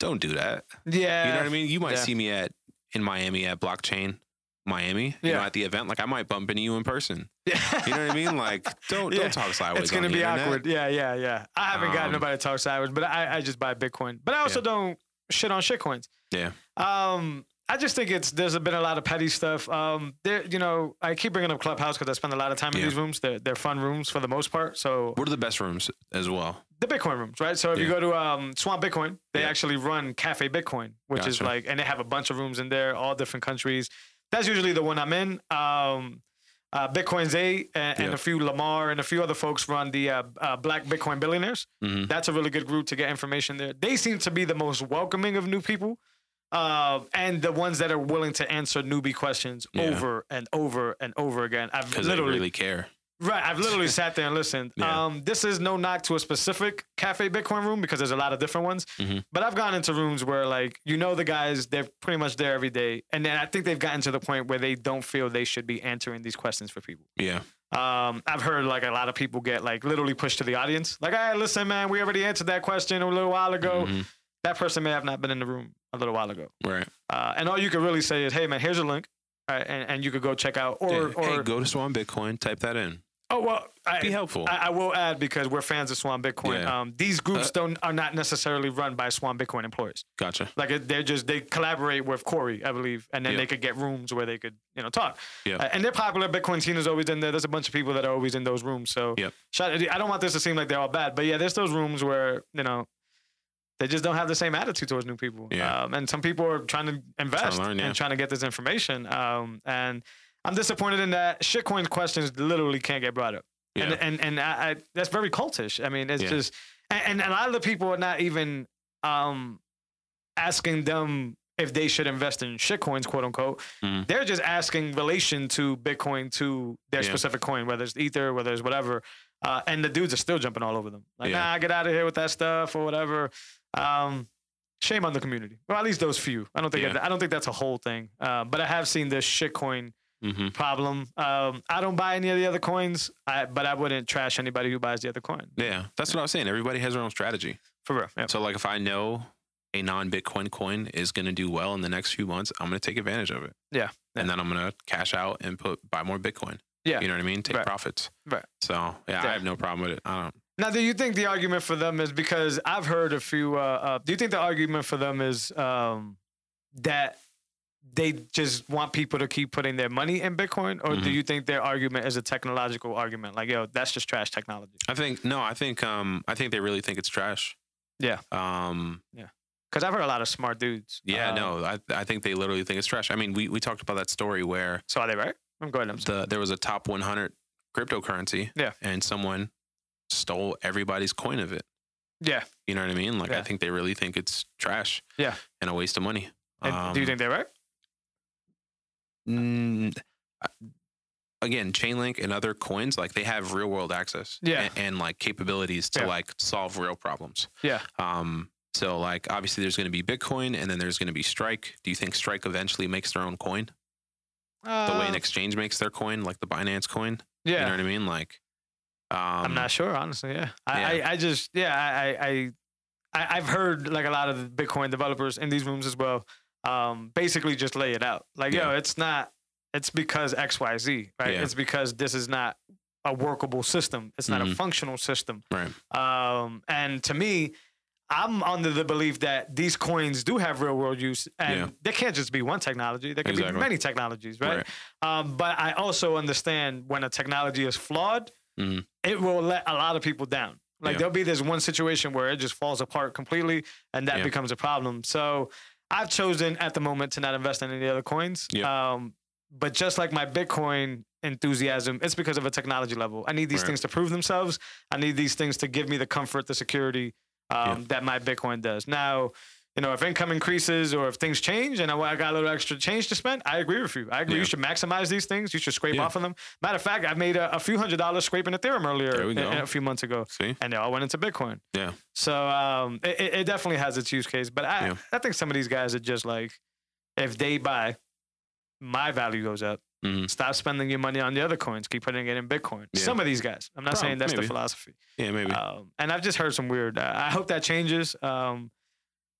don't do that. yeah. You know what I mean? You might Eh, yeah. see me at in Miami at Blockchain Miami, you know, Yeah. at the event like I might bump into you in person. Yeah. You know what I mean? Like don't Yeah. don't talk sideways. It's on gonna the be internet. awkward. Yeah, yeah, yeah. I haven't gotten Um, nobody to talk sideways, but I, I just buy Bitcoin. But I also Yeah. don't shit on shitcoins. Yeah. Um, I just think it's there's been a lot of petty stuff. Um, there, you know, I keep bringing up Clubhouse because I spend a lot of time in Yeah. these rooms. They're they're fun rooms for the most part. So What are the best rooms as well? the Bitcoin rooms, right? So if you Yeah. go to um, Swamp Bitcoin, they Yeah. actually run Cafe Bitcoin, which is Gotcha. like, and they have a bunch of rooms in there, all different countries. That's usually the one I'm in. Um, uh, Bitcoin's eight, and, and Yeah. a few Lamar and a few other folks run the uh, uh, Black Bitcoin Billionaires. Mhm. That's a really good group to get information there. They seem to be the most welcoming of new people, uh, and the ones that are willing to answer newbie questions Yeah. over and over and over again. I've Cuz they literally really care. Right. I've literally sat there and listened. Yeah. Um, this is no knock to a specific cafe Bitcoin room because there's a lot of different ones. Mhm. But I've gone into rooms where like you know the guys, they're pretty much there every day. And then I think they've gotten to the point where they don't feel they should be answering these questions for people. Yeah. Um, I've heard like a lot of people get like literally pushed to the audience. Like, hey, listen, man, we already answered that question a little while ago. Mhm. That person may have not been in the room a little while ago. Right. Uh, and all you could really say is, hey man, here's a link. All right, and, and you could go check out or Yeah. or hey, go to Swan Bitcoin, type that in. oh well I, Be helpful. I, I will add because we're fans of Swan Bitcoin. Yeah. Um, these groups don't are not necessarily run by Swan Bitcoin employees. gotcha. Like it- they're just they collaborate with Corey, I believe, and then Yeah. they could get rooms where they could you know talk. Yeah. Uh, and they're popular. Bitcoin team is always in there. There's a bunch of people that are always in those rooms. So Yep. shout, I don't want this to seem like they're all bad, but yeah, there's those rooms where you know. They just don't have the same attitude towards new people, Yeah. um, and some people are trying to invest learn, yeah. and trying to get this information. Um, and I'm disappointed in that shitcoin questions literally can't get brought up Yeah. and and and I, I, that's very cultish. I mean, it's Yeah. just and, and a lot of the people are not even um asking them if they should invest in shitcoins, quote unquote. Mm. They're just asking relation to Bitcoin to their Yeah. specific coin, whether it's Ether, whether it's whatever. Uh, and the dudes are still jumping all over them. Like, Yeah. nah, get out of here with that stuff or whatever. Um, shame on the community. Well, at least those few. I don't think Yeah. I don't think that's a whole thing. Uh, but I have seen this shitcoin Mhm. problem. Um, I don't buy any of the other coins, I, but I wouldn't trash anybody who buys the other coin. Yeah. That's what I was saying. Everybody has their own strategy. For real. Yeah. So like if I know a non-Bitcoin coin is going to do well in the next few months, I'm going to take advantage of it. Yeah. And then I'm going to cash out and put buy more Bitcoin. Yeah. You know what I mean? Take Right. profits. Right. So, yeah, Yeah. I have no problem with it. I don't. Now, do you think the argument for them is because I've heard a few? Uh, uh, do you think the argument for them is um, that they just want people to keep putting their money in Bitcoin, or do Mhm. you think their argument is a technological argument? Like, yo, that's just trash technology. I think no, I think um I think they really think it's trash. Yeah. Um Because I've heard a lot of smart dudes. yeah, Uh, no. I I think they literally think it's trash. I mean, we we talked about that story where So are they right? I'm going. I'm sorry. the there was a top 100 cryptocurrency. Yeah. And someone stole everybody's coin of it. Yeah. You know what I mean? Like Yeah. I think they really think it's trash. Yeah. And a waste of money. And do you Um, think they're right? mm, I- again, Chainlink and other coins like they have real world access. Yeah. And, and, like capabilities to Yeah. like solve real problems. Yeah. Um. So like obviously there's going to be Bitcoin and then there's going to be Strike. Do you think Strike eventually makes their own coin? the way an exchange makes their coin, like the Binance coin. Uh, yeah. You know what I mean? Like, um, I'm not sure, honestly. Yeah, I, Yeah. I, I just, yeah, I, I, I- I, I've heard like a lot of the Bitcoin developers in these rooms as well. Um, basically, just lay it out. Like, yo, Yeah. it's not. It's because X, Y, Z, right? Yeah. It's because this is not a workable system. It's not a Mhm. functional system. Right. Um, and to me, I'm under the belief that these coins do have real world use, and Yeah. there can't just be one technology. There can be Exactly. many technologies, right? Um, but I also understand when a technology is flawed, Mhm. it will let a lot of people down. Like Yeah. there'll be this one situation where it just falls apart completely, and that Yeah. becomes a problem. So I've chosen at the moment to not invest in any other coins. Yeah. Um, but just like my Bitcoin enthusiasm, it's because of a technology level. I need these Right. things to prove themselves. I need these things to give me the comfort, the security um, that my Bitcoin does. Now, you know, if income increases or if things change and I, I got a little extra change to spend, I agree with you. I agree. You Yeah. should maximize these things. You should scrape Yeah. off of them. Matter of fact, I made a, a few hundred dollars scraping Ethereum earlier There we a- go. a, few months ago, See? and they all went into Bitcoin. Yeah. So um, it, it- it definitely has its use case. But I, Yeah. I think some of these guys are just like, if they buy, my value goes up. Mhm. Stop spending your money on the other coins. Keep putting it in Bitcoin. Yeah. Some of these guys. I'm not Prob- saying that's the maybe. philosophy. Yeah, maybe. Um, and I've just heard some weird. Uh, I hope that changes. Um,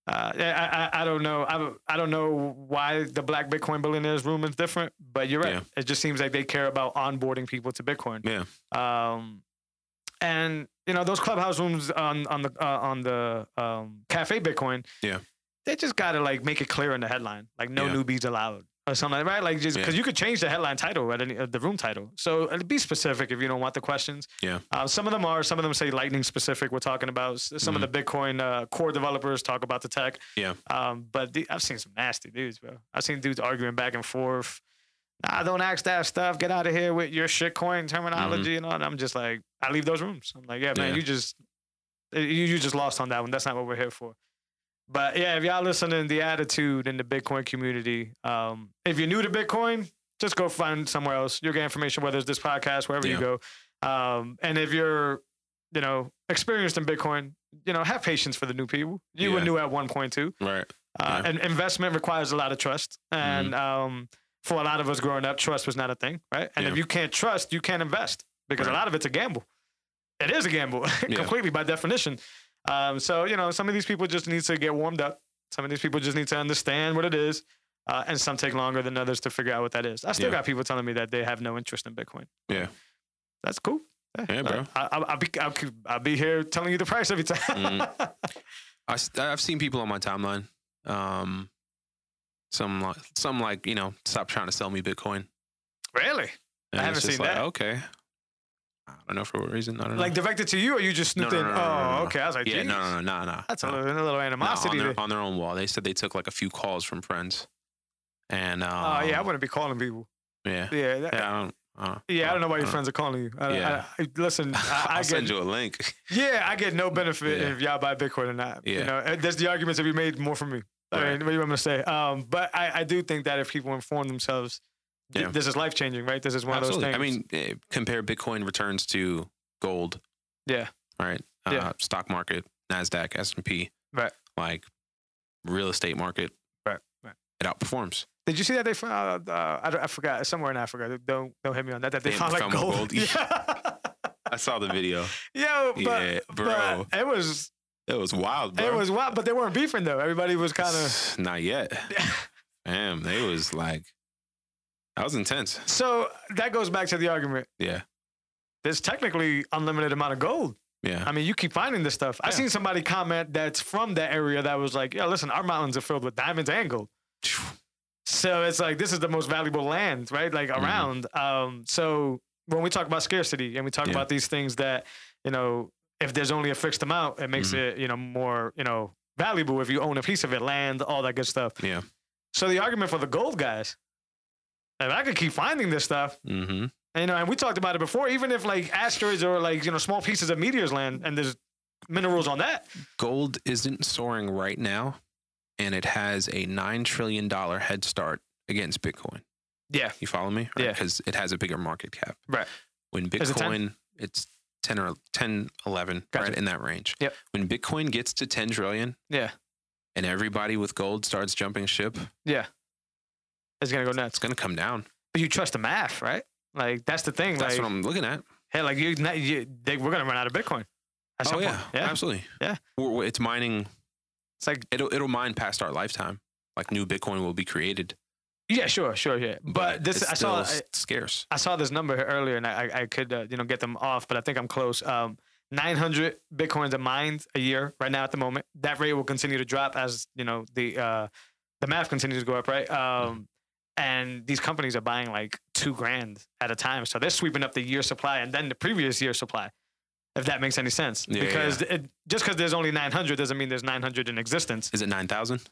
uh, I, I I don't know. I don't, I don't know why the Black Bitcoin billionaires room is different, but you're right. Yeah. It just seems like they care about onboarding people to Bitcoin. yeah. Um, and you know those clubhouse rooms on on the uh, on the um, cafe Bitcoin. Yeah. They just gotta like make it clear in the headline, like no Yeah. newbies allowed or something, like- right? Like just because Yeah. you could change the headline title at any uh, the room title. So uh, be specific if you don't want the questions. Yeah. Uh, some of them are. Some of them say lightning specific. We're talking about S- some of the Bitcoin uh, core developers talk about the tech. Mm-hmm. Yeah. Um, but the, I've seen some nasty dudes, bro. I've seen dudes arguing back and forth. Nah, don't ask that stuff. Get out of here with your shitcoin terminology and all. And I'm just like, I leave those rooms. I'm like, yeah, man, Mm-hmm. Yeah. you just you you just lost on that one. That's not what we're here for. But yeah, if y'all listening, the attitude in the Bitcoin community. Um, if you're new to Bitcoin, just go find somewhere else. You'll get information whether it's this podcast, wherever you Yeah. go. Um, and if you're, you know, experienced in Bitcoin, you know, have patience for the new people. You were Yeah. new at one point too. Right. Uh, Yeah. Mm-hmm. And investment requires a lot of trust. And um, for a lot of us growing up, trust was not a thing, right? And if Yeah. you can't trust, you can't invest because a Right. lot of it's a gamble. It is a gamble Yeah. completely by definition. Um, so, you know, some of these people just need to get warmed up. Some of these people just need to understand what it is. Uh, and some take longer than others to figure out what that is. I still Yeah. got people telling me that they have no interest in Bitcoin. Yeah. That's cool. Uh, Yeah, bro. I, I, I'll, be, I'll, keep- I'll be here telling you the price every time. Mhm. I, have seen people on my timeline. Um, some like some like you know stop trying to sell me Bitcoin. really? And haven't it's just seen like, that. Okay. I don't know for what reason. I don't Like know. directed to you, or you just No, snooped no, in? no, no, no, oh, no, no. okay. I was like, yeah, "Jeez, no, no, no, no, no. That's a no. little, a little No, animosity. on, there. their, on their own wall. They said they took like a few calls from friends. And um, Oh yeah, I wouldn't be calling people. yeah, Yeah, that, yeah. yeah, I don't, uh, I don't know why your Uh, friends are calling you. I, yeah. yeah. I, I, listen, I, I I'll get send you a link. yeah, I get no benefit Yeah. if y'all buy Bitcoin or not. You Yeah. know, and that's the arguments that we made more for me. I Right. mean, what do you want me to say? Um, but I, I do think that if people inform themselves, th- Yeah. this is life changing, right? This is one Absolutely. of I those things. mean, eh, compare Bitcoin returns to gold. Yeah. All right. Uh, Yeah. Stock market, Nasdaq, S and P. Right. Like real estate market. Right, right. It outperforms. did you see that they found? Uh, I, don't- I forgot somewhere in Africa. Don't don't hit me on that. That they, They found like found gold. gold. Yeah. I saw the video. Yo, but, Yeah, bro. but it was It was wild, bro. It was wild, but they weren't beefing though. Everybody was kind of. not yet. Damn, they was like that was intense. so that goes back to the argument. Yeah. There's technically unlimited amount of gold. Yeah. I mean, you keep finding this stuff. I Yeah. seen somebody comment that's from that area that was like, "Yeah, listen, our mountains are filled with diamonds and gold." So it's like this is the most valuable land, right? Like Mm-hmm. around. Um, so when we talk about scarcity and we talk Yeah. about these things that you know, if there's only a fixed amount, it makes it Mm-hmm. you know more you know valuable if you own a piece of it, land, all that good stuff. Yeah. So the argument for the gold guys, if I could keep finding this stuff, Mm-hmm. and, you know, and we talked about it before, even if like asteroids or like you know small pieces of meteors land and there's minerals on that, Gold isn't soaring right now, and it has a nine trillion dollar head start against Bitcoin. yeah, You follow me? Yeah. Because it has a bigger market cap. Right. When Is it 10? Bitcoin, it's 10 or 10, 11, Gotcha. right in that range. Yep. When Bitcoin gets to 10 trillion Yeah. and everybody with gold starts jumping ship, Yeah. It's gonna go it's nuts. going to come down. But you trust the math, right? Like that's the thing. That's like, what I'm looking at. hey, like you, not, you they, we're gonna run out of Bitcoin. At some Oh, point. yeah, Absolutely. Yeah. We're- we're- It's mining, It's like it'll, it'll mine past our lifetime. Like new Bitcoin will be created. yeah, sure, sure, yeah. But, this, it's I saw, still I, s- scarce. I saw this number earlier, and I, I- I could, uh, you know, get them off, but I think I'm close. Um, 900 bitcoins are mined a year right now at the moment. That rate will continue to drop as you know the uh, the math continues to go up, right? Um, and these companies are buying like two grand at a time, so they're sweeping up the year supply and then the previous year supply. If that makes any sense, Yeah, yeah, because It, just because there's only 900 doesn't mean there's 900 in existence. Is it 9,000?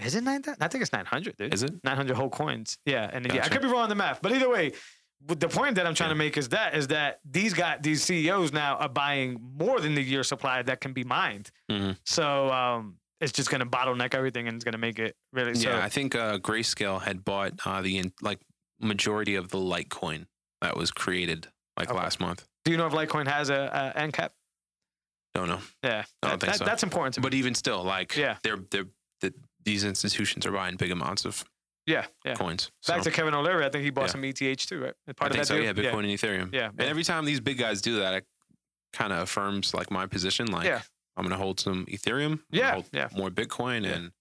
Is it 9,000? I think it's 900, dude. Is it? 900 whole coins. Yeah, and yeah, I Gotcha. could be wrong on the math, but either way, w- the point that I'm trying Yeah. to make is that is that these got these CEOs now are buying more than the year supply that can be mined. Mhm. So um, it's just going to bottleneck everything and it's going to make it really. So, yeah, I think uh, Grayscale had bought uh, the in, like majority of the Litecoin that was created like Okay. last month. do you know if Litecoin has a, a end cap? Don't know, Yeah, I that, don't think that- so. that's important to me. but even still, like Yeah. they're they're the, these institutions are buying big amounts of Yeah, yeah. coins. So Back to Kevin O'Leary, I think he bought Yeah. some ETH too, right? As I Part think of that so. deal? Yeah, Bitcoin and Ethereum. Yeah, yeah. And every time these big guys do that, it kind of affirms like my position. Like Yeah. I'm gonna hold some Ethereum. I'm gonna Yeah, hold yeah. More Bitcoin Yeah. and.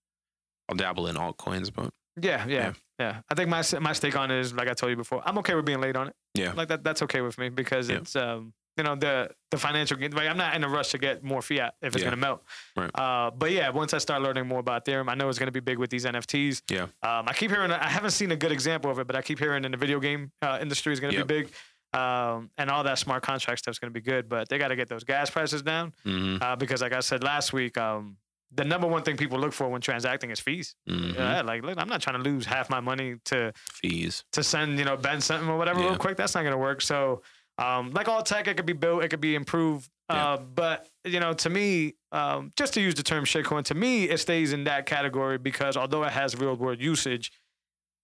I'll dabble in altcoins, but Yeah, yeah, yeah, Yeah. I think my my stake on it is like I told you before. I'm okay with being late on it. Yeah. like that. That's okay with me because Yeah. it's um you know the the financial gain. Like I'm not in a rush to get more fiat if it's Yeah. gonna melt. Right. Uh, but yeah, once I start learning more about Ethereum, I know it's gonna be big with these NFTs. Yeah. Um, I keep hearing. I haven't seen a good example of it, but I keep hearing in the video game uh, industry is gonna Yep. be big. Um, and all that smart contract stuff's gonna be good, but they got to get those gas prices down mhm, uh, because, like I said last week, um, the number one thing people look for when transacting is fees. mhm, Yeah, like look, I'm not trying to lose half my money to fees. to send you know Ben something or whatever real Yeah. quick. That's not gonna work. So, um, like all tech, it could be built, it could be improved. Uh, but you know, to me, um, just to use the term shitcoin, to me, it stays in that category because although it has real world usage,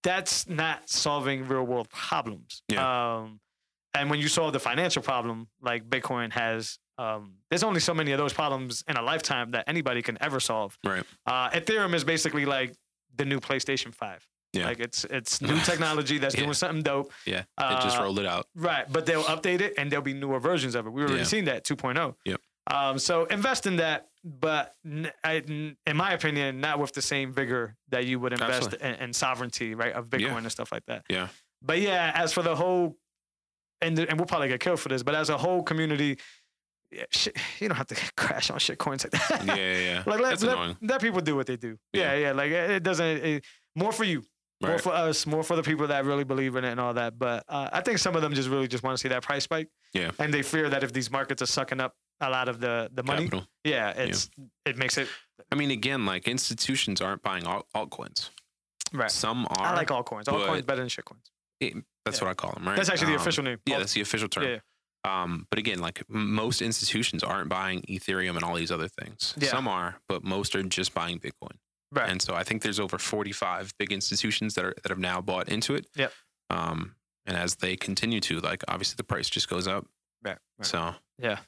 that's not solving real world problems. Um, and when you solve the financial problem, like Bitcoin has, um, there's only so many of those problems in a lifetime that anybody can ever solve. Right. Uh, Ethereum is basically like the new PlayStation Five. Yeah. Like it's it's new technology that's Yeah. doing something dope. Yeah, it just Uh, rolled it out. Right. But they'll update it and there'll be newer versions of it. We've already Yeah. seen that 2.0. Yep. Um, so invest in that, but n- I- n- in my opinion, not with the same vigor that you would invest in, in sovereignty, right, of Bitcoin Yeah. and stuff like that. Yeah. But yeah, as for the whole, and and we'll probably get killed for this, but as a whole community, yeah, shit, you don't have to crash on shit coins like that. Yeah, yeah, yeah. Like let, That's let, annoying. let people do what they do. Yeah, Yeah. yeah. like it it doesn't. It, more for you, more Right. for us, more for the people that really believe in it and all that. But uh, I think some of them just really just want to see that price spike. Yeah. And they fear that if these markets are sucking up a lot of the the money, Capital. yeah, it's it makes it I mean, again, like institutions aren't buying alt- altcoins. right. Some are. I like altcoins. Altcoins but- better than shitcoins. that's yeah. what I call them, right? That's actually the Um, official name. Yeah, Alt- that's the official term. Yeah. Um, but again, like m- most institutions aren't buying Ethereum and all these other things. Yeah. Some are, but most are just buying Bitcoin. Right. And so I think there's over 45 big institutions that are that have now bought into it. Yep. Um, and as they continue to, like, obviously the price just goes up. Right, right. So Yeah.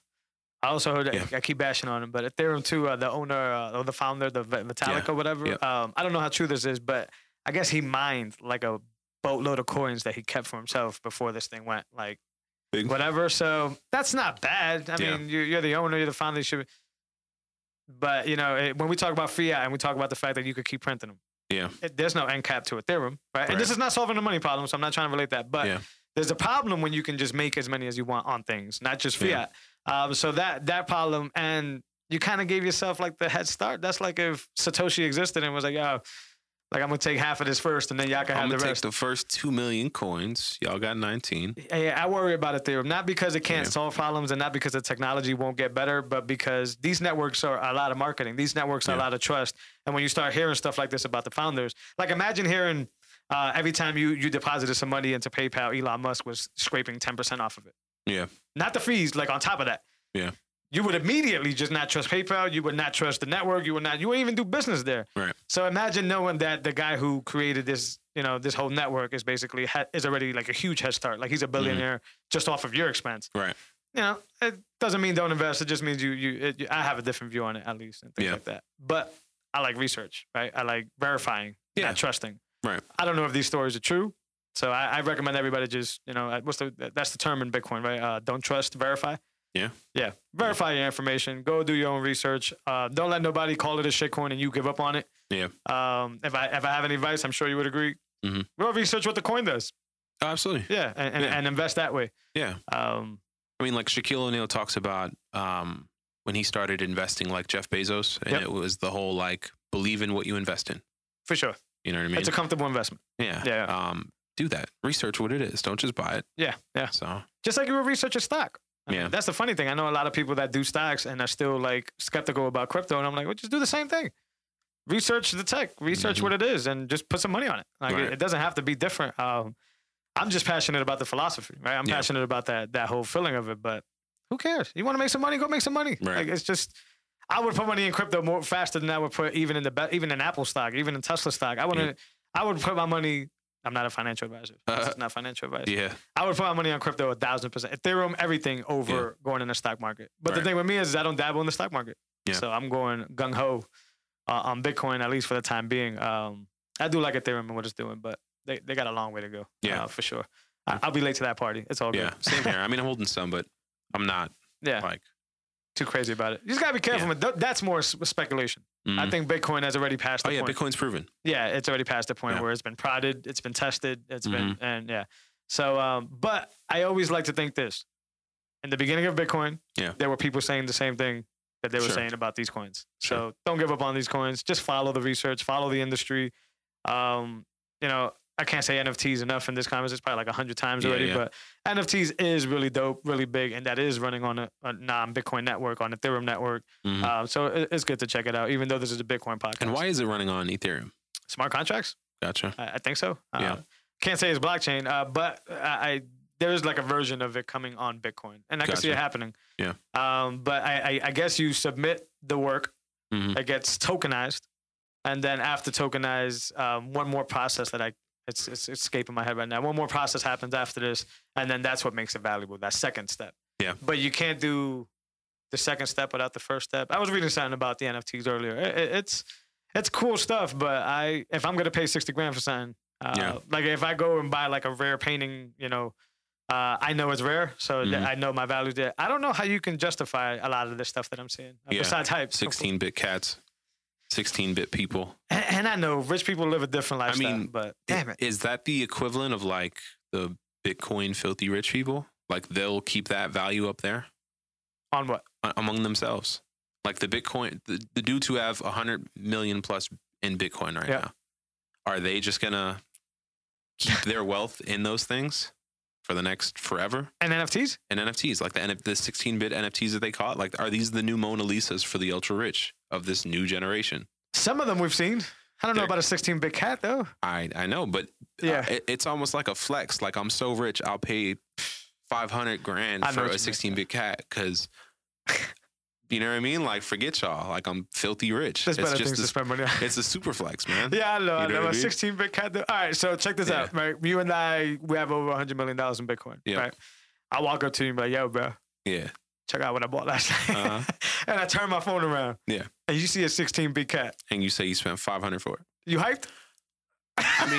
I also heard Yeah. I keep bashing on him, but Ethereum too, uh, the owner uh, or the founder, the Vi- Vitalik Yeah. or whatever. Yep. Um, I don't know how true this is, but I guess he mined like a boatload of coins that he kept for himself before this thing went like Big. whatever. So that's not bad. I Yeah. mean, you, you're the owner, you're the founder, you should. be- But you know, it, when we talk about fiat and we talk about the fact that you could keep printing them, Yeah. it, there's no end cap to Ethereum, right? And this Right. is not solving the money problem, so I'm not trying to relate that, but Yeah. there's a problem when you can just make as many as you want on things, not just fiat. Yeah. Um, so that that problem, and you kind of gave yourself like the head start. That's like if Satoshi existed and was like, "Yo, like I'm gonna take half of this first, and then y'all can I'm have gonna the take rest." the first two million coins. Y'all got 19. Yeah, I worry about Ethereum, not because it can't Yeah. solve problems and not because the technology won't get better, but because these networks are a lot of marketing. These networks are a Yeah. lot of trust. And when you start hearing stuff like this about the founders, like imagine hearing uh, every time you you deposited some money into PayPal, Elon Musk was scraping 10% off of it. Yeah. Not the fees, like on top of that. Yeah. You would immediately just not trust PayPal. You would not trust the network. You would not. You wouldn't even do business there. Right. So imagine knowing that the guy who created this, you know, this whole network is basically ha- is already like a huge head start. Like he's a billionaire just off of your expense. Mm-hmm. Right. you know, it doesn't mean don't invest. It just means you you. It, you- I have a different view on it at least and things Yeah. like that. But I like research, right? I like verifying, Yeah. not trusting. Right. I don't know if these stories are true, so I, I recommend everybody just you know uh, what's the that's the term in Bitcoin, right? Uh, don't trust, verify. Yeah. Yeah. Verify your information. Go do your own research. Uh, don't let nobody call it a shitcoin and you give up on it. Yeah. Um, if I if I have any advice, I'm sure you would agree. Mhm. Go research what the coin does. Oh, absolutely. Yeah, and, and, Yeah. and invest that way. Yeah. Um, I mean, like Shaquille O'Neal talks about um, when he started investing like Jeff Bezos, and Yep. it was the whole like believe in what you invest in. for sure. You know what I mean? It's a comfortable investment. yeah. yeah. Um, do that. Research what it is. Don't just buy it. Yeah, yeah. So Just like you would research a stock. I mean, Yeah. that's the funny thing. I know a lot of people that do stocks and are still like skeptical about crypto, and I'm like, well, just do the same thing. Research the tech, research Mhm. what it is, and just put some money on it. Like it, Right. it doesn't have to be different. Um, I'm just passionate about the philosophy, right? I'm Yeah. passionate about that that whole feeling of it. But who cares? You want to make some money, go make some money. Right. Like it's just. I would put money in crypto more faster than I would put even in the be- even in Apple stock, even in Tesla stock. I wouldn't. I would put my money. I'm not a financial advisor. This is not financial advice. Uh, yeah. I would put my money on crypto a thousand percent. Ethereum, everything over going in the stock market. But the Right. thing with me is, I don't dabble in the stock market. Yeah. So I'm going gung ho uh, on Bitcoin at least for the time being. Um, I do like Ethereum and what it's doing, but they, they got a long way to go. Yeah. uh, for sure. I, I'll be late to that party. It's all good. Yeah. Same here. I mean, I'm holding some, but I'm not yeah, like. too crazy about it. You just gotta be careful. with th- That's more s- speculation. I mhm. think Bitcoin has already passed. The oh yeah, point. Bitcoin's proven. yeah, it's already past the point Yeah. Mm-hmm. where it's been prodded, it's been tested, it's been and yeah. So, um, but I always like to think this: in the beginning of Bitcoin, Yeah. there were people saying the same thing that they were Sure. saying about these coins. Sure. So don't give up on these coins. Just follow the research, follow the industry. Um, you know, I can't say NFTs enough in this conference. It's probably like hundred times Yeah, already, yeah. but NFTs is really dope, really big, and that is running on a, a non-Bitcoin network, on Ethereum network. Mhm. Um, so it, it's good to check it out, even though this is a Bitcoin podcast. and why is it running on Ethereum? smart contracts? Gotcha. I, I think so. Uh, Yeah. Can't say it's blockchain, uh, but I, I there is like a version of it coming on Bitcoin, and I can see it Gotcha. happening. Yeah. Um, but I, I, I guess you submit the work, Mhm. it gets tokenized, and then after tokenized, um, one more process that I it's, it's it's escaping my head right now. One more process happens after this, and then that's what makes it valuable. That second step. Yeah. But you can't do the second step without the first step. I was reading something about the NFTs earlier. It- it- it's it's cool stuff, but I if I'm gonna pay sixty grand for something, uh, Yeah. like if I go and buy like a rare painting, you know, uh, I know it's rare, so that Mhm. I know my value there. I don't know how you can justify a lot of this stuff that I'm seeing. uh, Yeah. Besides hype, of course. 16 bit cats, 16 bit people. and, and I know rich people live a different I lifestyle. mean, but damn it, Is that the equivalent of like the Bitcoin filthy rich people? Like they'll keep that value up there on what? a- among themselves. Like the Bitcoin, the, the dudes who have 100 million plus in Bitcoin right Yeah. now, are they just going to keep their wealth in those things for the next forever? And NFTs? And NFTs, like the, NF the 16 bit NFTs that they call it, like are these the new Mona Lisas for the ultra rich of this new generation? Some of them we've seen. I don't know They're- about a 16 bit cat though. I, I know, but Yeah. Uh, it, it's almost like a flex. Like I'm so rich, I'll pay five hundred grand I know for what you a mean. sixteen bit cat because you know what I mean. Like forget y'all. Like I'm filthy rich. There's it's better things just to this, spend money on. it's a super flex, man. Yeah, I know. You I know know. what I A mean? 16 bit cat. All right, so check this Yeah. out, right? You and I, we have over 100 million dollars in Bitcoin, Yeah. right? I walk up to you and be like, "Yo, bro, Yeah. check out what I bought last night," Uh-huh. and I turn my phone around. Yeah. and you see a 16 bit cat. And you say you spent five hundred for it. You hyped? I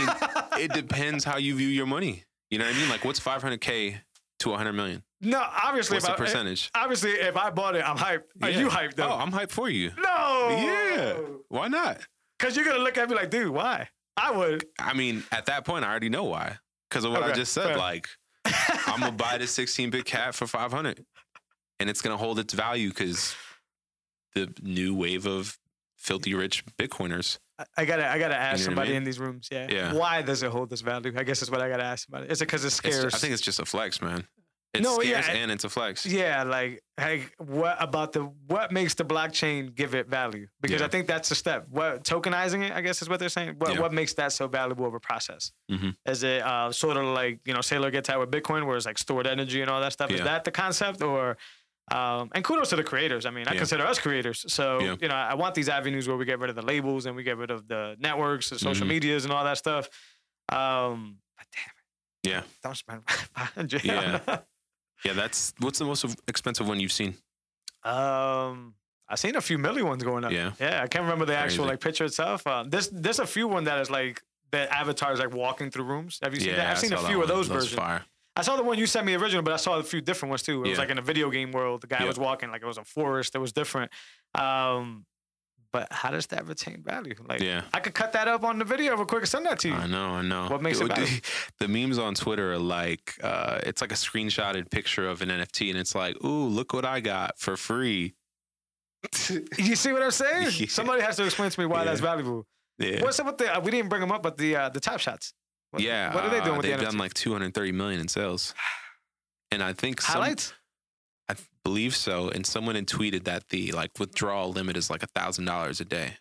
mean, it depends how you view your money. You know what I mean? Like what's five hundred k to hundred million? no, obviously, What's if the I, percentage? obviously, if I bought it, I'm hyped. Are Yeah. you hyped Oh, though? I'm hyped for you. no. Yeah. Why not? Because you're gonna look at me like, dude, why? I would. I mean, at that point, I already know why. Because of what I Okay, just said. fair. Like, I'm gonna buy this 16 bit cat for 500, and it's gonna hold its value because the new wave of filthy rich Bitcoiners. I- I gotta, I gotta ask what I somebody mean? in these rooms. Yeah. Yeah. Why does it hold this value? I guess that's what I gotta ask somebody. Is it because it's It's, scarce? I think it's just a flex, man. It's No, yeah, scarce I- and it's a flex. Yeah, like like what about the what makes the blockchain give it value? Because Yeah. I think that's the step. What tokenizing it, I guess, is what they're saying. What Yeah. what makes that so valuable of a process? Mhm. Is it uh, sort of like you know Sailor gets out with Bitcoin, where it's like stored energy and all that stuff? Is Yeah. that the concept or? Um, and kudos to the creators. I mean, I Yeah. consider us creators. So Yeah. you know, I want these avenues where we get rid of the labels and we get rid of the networks, the social Mhm. medias, and all that stuff. Um, but damn it, Yeah. don't spend 500. Yeah. Yeah, that's what's the most expensive one you've seen? Um, I seen a few milli ones going up. Yeah. yeah. I can't remember the actual Crazy. like picture itself. Uh, there's there's a few one that is like the avatar is like walking through rooms. Have you seen yeah, that? I've seen a a few of those, versions. Fire. I saw the one you sent me original, but I saw a few different ones too. It was Yeah. like in a video game world. The guy Yeah. was walking like it was a forest. It was different. Um, but how does that retain value? Like, Yeah. I could cut that up on the video real quick and send that to you. I know, I know. What makes it Dude, better? The memes on Twitter are like, uh, it's like a screenshotted picture of an NFT, and it's like, ooh, look what I got for free. You see what I'm saying? Yeah. Somebody has to explain to me why Yeah. that's valuable. Yeah. What's up with the? Uh, we didn't bring them up, but the uh, the top shots. What, yeah. What are they doing uh, with the They've NFT? done like 230 million in sales. And I think some, Highlights. I th- believe so. And someone had tweeted that the like withdrawal limit is like a thousand dollars a day.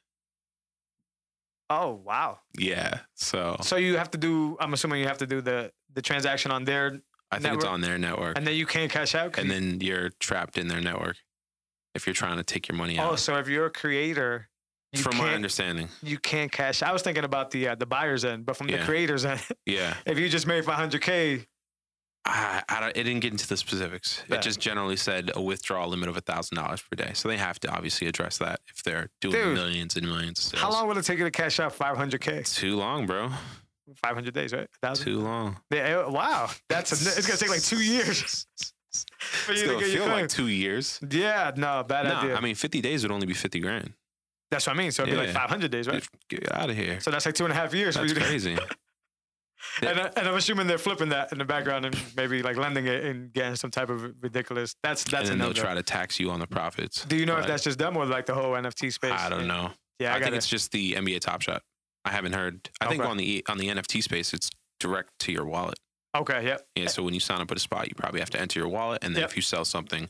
Oh wow! Yeah. So So you have to do. I'm assuming you have to do the the transaction on there, I think it's network- on their network. and then you can't cash out. 'cause And you- then you're trapped in their network if you're trying to take your money oh, out. so if you're a creator, you From my can't understanding. you can't cash. I was thinking about the uh, the buyer's end, but from the Yeah. creator's end, Yeah. if you just made 500k, I, I don't, it didn't get into the specifics. Yeah. It just generally said a withdrawal limit of thousand dollars per day. So they have to obviously address that if they're doing Dude. millions and millions. Of sales. how long would it take you to cash out 500k? Too long, bro. 500 days, right? A thousand. Too long. Yeah, eh, wow, that's a, it's gonna take like two years for It's you to gonna get your feel coin. like two years. yeah, no, bad Nah, idea. I mean, fifty days would only be fifty grand. that's what I mean. So it'd be Yeah. like 500 days, right? Dude, Get out of here. So that's like two and a half years That's for you to. crazy. Yeah. And, I, and I'm assuming they're flipping that in the background and maybe like lending it and getting some type of ridiculous. That's and that's a then no they'll try to tax you on the profits. Do you know if but- that's just them or like the whole NFT space? I don't know. Yeah, I, I, think gotta- it's just the NBA Top Shot. I haven't heard. I think Okay. on the E, on the NFT space, it's direct to your wallet. okay. Yep. Yeah, so when you sign up at a spot, you probably have to enter your wallet, and then Yep. if you sell something,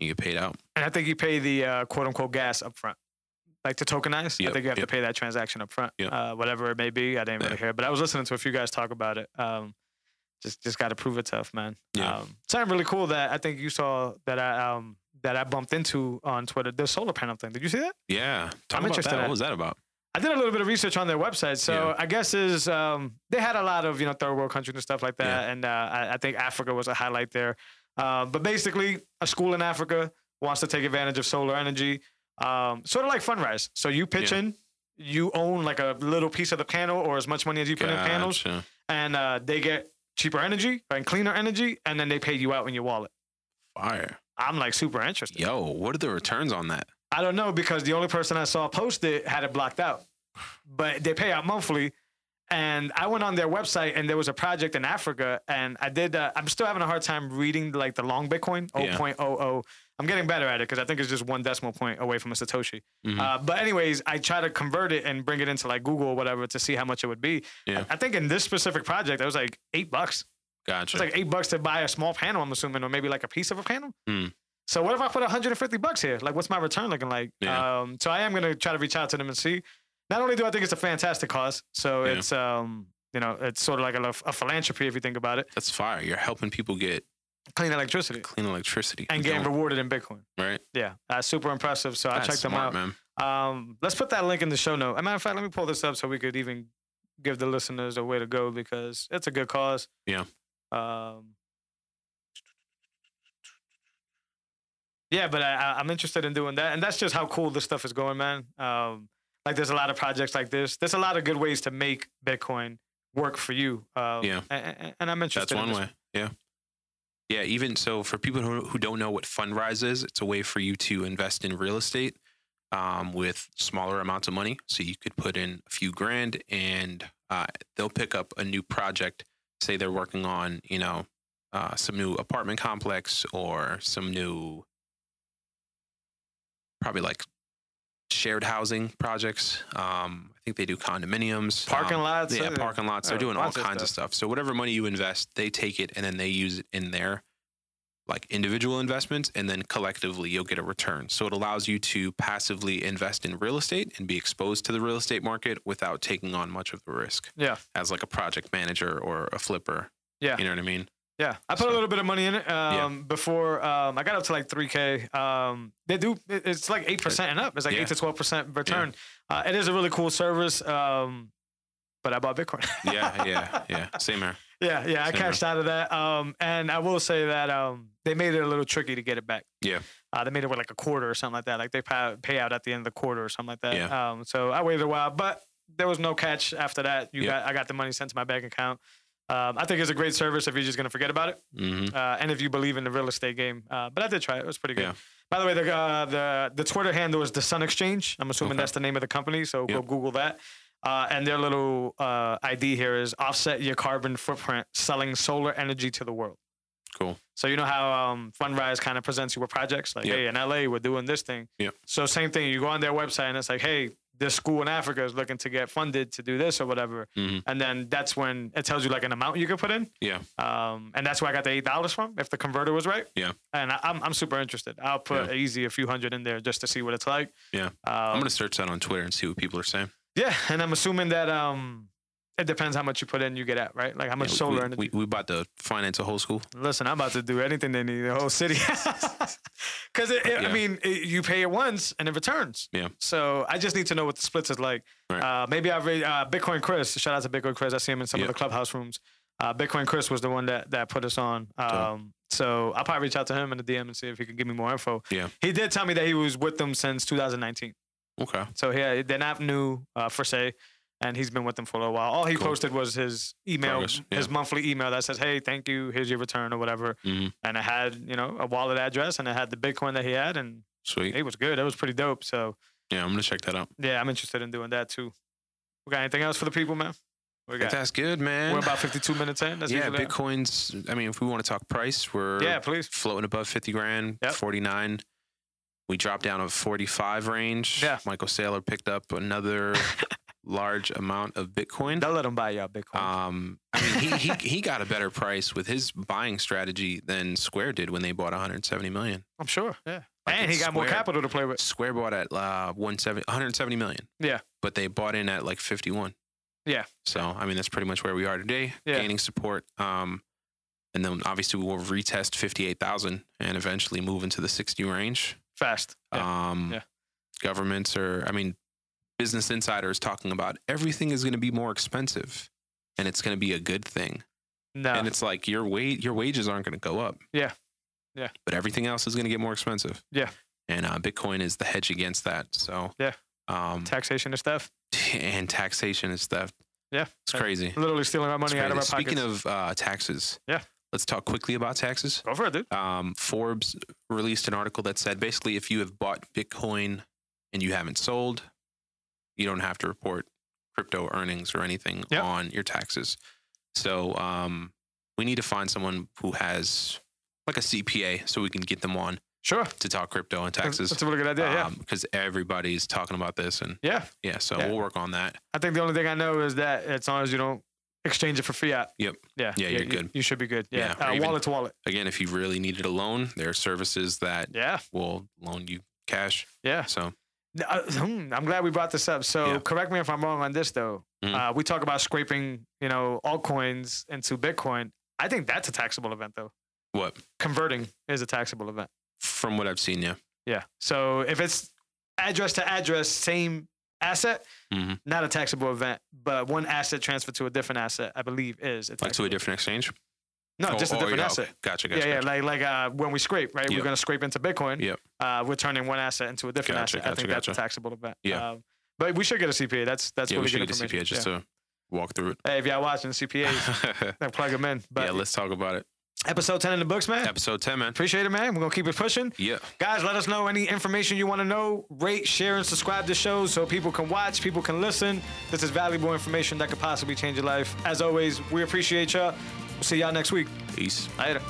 you get paid out. And I think you pay the uh, quote unquote gas up front. Like to tokenize, I Yep, think you have yep. to pay that transaction up front, Yep. uh, whatever it may be. I didn't really Yeah. hear, it, but I was listening to a few guys talk about it. Um, just just got to prove it tough, man. Yeah. Um, something really cool that I think you saw that I um, that I bumped into on Twitter. The solar panel thing. Did you see that? Yeah, talk I'm about interested that. in- What was that about? I did a little bit of research on their website. So Yeah. I guess is um, they had a lot of you know third world countries and stuff like that, Yeah. and uh, I, I think Africa was a highlight there. Uh, but basically, a school in Africa wants to take advantage of solar energy, um, sort of like Fundrise. So you pitch Yeah. in, you own like a little piece of the panel or as much money as you put in panels, Gotcha. and uh, they get cheaper energy and cleaner energy, and then they pay you out in your wallet. Fire. I'm like super interested. Yo, what are the returns on that? I don't know because the only person I saw post it had it blocked out. But they pay out monthly. And I went on their website and there was a project in Africa. And I did, uh, I'm still having a hard time reading like the long Bitcoin, Yeah. 0.00. I'm getting better at it because I think it's just one decimal point away from a Satoshi. Mhm. Uh, but, anyways, I try to convert it and bring it into like Google or whatever to see how much it would be. Yeah. I, I think in this specific project, it was like eight bucks. Gotcha. It's like eight bucks to buy a small panel, I'm assuming, or maybe like a piece of a panel. Hmm. So what if I put 150 bucks here? Like, what's my return looking like? Yeah. Um, so I am gonna try to reach out to them and see. Not only do I think it's a fantastic cause, so Yeah. it's um, you know, it's sort of like a, lo- a philanthropy if you think about it. That's fire. You're helping people get Clean electricity clean electricity and getting Don't- rewarded in Bitcoin. right. Yeah, uh, super impressive. So I That's checked them out. smart, man. Um, let's put that link in the show note. As a matter of fact, let me pull this up so we could even give the listeners a way to go because it's a good cause. Yeah. Um, yeah, but I, I- I'm interested in doing that, and that's just how cool this stuff is going, man. Um, like, there's a lot of projects like this. There's a lot of good ways to make Bitcoin work for you. Um, Yeah. a- a- and, I'm interested. That's in one this. way. Yeah. Yeah. Even so, for people who, who don't know what Fundrise is, it's a way for you to invest in real estate um, with smaller amounts of money. So you could put in a few grand and uh, they'll pick up a new project. Say they're working on, you know, uh, some new apartment complex or some new, probably like shared housing projects. Um, I think they do condominiums, Parking um, lots, yeah, uh, parking lots. They're uh, doing all lots of kinds of stuff. So whatever money you invest, they take it and then they use it in their like individual investments, and then collectively you'll get a return. So it allows you to passively invest in real estate and be exposed to the real estate market without taking on much of the risk. Yeah. as like a project manager or a flipper. Yeah. you know what I mean. Yeah, I put a So- little bit of money in it um, before um, I got up to like 3K. Um, they do, it- it's like 8% and up. It's like Yeah. 8 to 12% return. Uh, it is a really cool service, um, but I bought Bitcoin. Yeah, yeah, yeah. Same here. Yeah, yeah, I Same cashed out of that. Um, and I will say that um, they made it a little tricky to get it back. Yeah. Uh, they made it with like a quarter or something like that. Like they pay, pay out at the end of the quarter or something like that. Yeah. Um, so I waited a while, but there was no catch after that. You Yeah. got I got the money sent to my bank account. Um, I think it's a great service if you're just gonna forget about it, hmm uh, and if you believe in the real estate game. Uh, but I did try it; it was pretty good. Yeah. By the way, the uh, the the Twitter handle is the Sun Exchange. I'm assuming Okay. that's the name of the company, so go Yep. Google that. Uh, and their little uh, ID here is offset your carbon footprint selling solar energy to the world. Cool. So you know how um, Fundrise kind of presents you with projects like, Yep. hey, in LA we're doing this thing. Yep. So same thing, you go on their website and it's like, hey, this school in Africa is looking to get funded to do this or whatever, Mhm. and then that's when it tells you like an amount you could put in. Yeah. Um, and that's where I got the eight dollars from, if the converter was right. Yeah. And I, I'm I'm super interested. I'll put Yeah. easy a few hundred in there just to see what it's like. Yeah. Um, I'm gonna search that on Twitter and see what people are saying. yeah, and I'm assuming that um, it depends how much you put in, you get at right, like how much Yeah, we- solar we, energy. We, we about to finance a whole school. Listen, I'm about to do anything they need the whole city. Because Yeah. I mean, it, you pay it once and it returns. Yeah. So I just need to know what the splits is like. Right. Uh, maybe I've read uh, Bitcoin Chris. Shout out to Bitcoin Chris. I see him in some Yeah. of the clubhouse rooms. Uh, Bitcoin Chris was the one that that put us on. Um, so I'll probably reach out to him in the DM and see if he can give me more info. Yeah. He did tell me that he was with them since 2019. Okay. So yeah, they're not new uh, for say, and he's been with them for a little while. All he Cool. posted was his email, Progress, yeah. his monthly email that says, "Hey, thank you. Here's your return or whatever." Mhm. And it had you know a wallet address and it had the Bitcoin that he had, and Sweet. it was good. It was pretty dope. So Yeah, I'm gonna check that out. yeah, I'm interested in doing that too. We got anything else for the people, man? We got. That's good, man. We're about 52 minutes in. That's yeah, usually- Bitcoin's. I mean, if we want to talk price, we're Yeah, please. floating above 50 grand, Yep. 49. We dropped down to 45 range. Yeah. Michael Saylor picked up another large amount of Bitcoin. Don't let them buy y'all Bitcoin. Um, I mean, he, he he got a better price with his buying strategy than Square did when they bought 170 million. I'm sure. Yeah. like and he it's got more square. capital to play with. Square bought at uh 170 170 million. Yeah. But they bought in at like 51. Yeah. So, I mean, that's pretty much where we are today, Yeah. gaining support. Um and then obviously we will retest 58,000 and eventually move into the 60 range. Fast. Yeah. Um Yeah. governments are I mean, business insiders talking about everything is going to be more expensive and it's going to be a good thing. no. And it's like your wage your wages aren't going to go up. Yeah. Yeah. But everything else is going to get more expensive. Yeah. And uh, Bitcoin is the hedge against that. So Yeah. Um, Taxation and stuff. and taxation is theft. Yeah. It's crazy. Literally stealing our It's money out of our crazy. pockets. Speaking of uh, taxes, Yeah. Let's talk quickly about taxes. Go for it, dude. Um, Forbes released an article that said basically if you have bought Bitcoin and you haven't sold, you don't have to report crypto earnings or anything Yeah. on your taxes. So um, we need to find someone who has like a CPA so we can get them on Sure. to talk crypto and taxes. Um, That's a really good idea. Yeah. Because everybody's talking about this and yeah. yeah, so Yeah. we'll work on that. I think the only thing I know is that as long as you don't exchange it for fiat. Yep. Yeah. Yeah, you're you- good. You should be good. Yeah. Yeah, or Uh, even- wallet to wallet. Again, if you really needed a loan, there are services that Yeah. will loan you cash. Yeah. So Uh, hmm, I'm glad we brought this up. So Yeah. correct me if I'm wrong on this though. Mhm. Uh, we talk about scraping, you know, altcoins into Bitcoin. I think that's a taxable event though. what? Converting is a taxable event. From what I've seen, yeah. Yeah. So if it's address to address, same asset, Mhm. not a taxable event, but one asset transferred to a different asset, I believe is. A Like to taxable- a different exchange. No, Oh, just a oh, different yeah, asset. okay. Gotcha, Yeah, gotcha. yeah, gotcha. like like uh, when we scrape, right? Yep. We're gonna scrape into Bitcoin. Yep. Uh, we're turning one asset into a different Gotcha, asset. I gotcha, think that's a gotcha. taxable event. Yeah. Um, but we should get a CPA. That's that's yeah, really we should good get a information. CPA just to walk through it. yeah. Hey, if y'all watching CPAs, then plug them in. But yeah, let's talk about it. episode ten in the books, man. Episode 10, man. Appreciate it, man. We're gonna keep it pushing. Yeah. Guys, let us know any information you want to know. Rate, share, and subscribe to shows so people can watch, people can listen. This is valuable information that could possibly change your life. As always, we appreciate y'all. We'll see y'all next week. Peace. Later.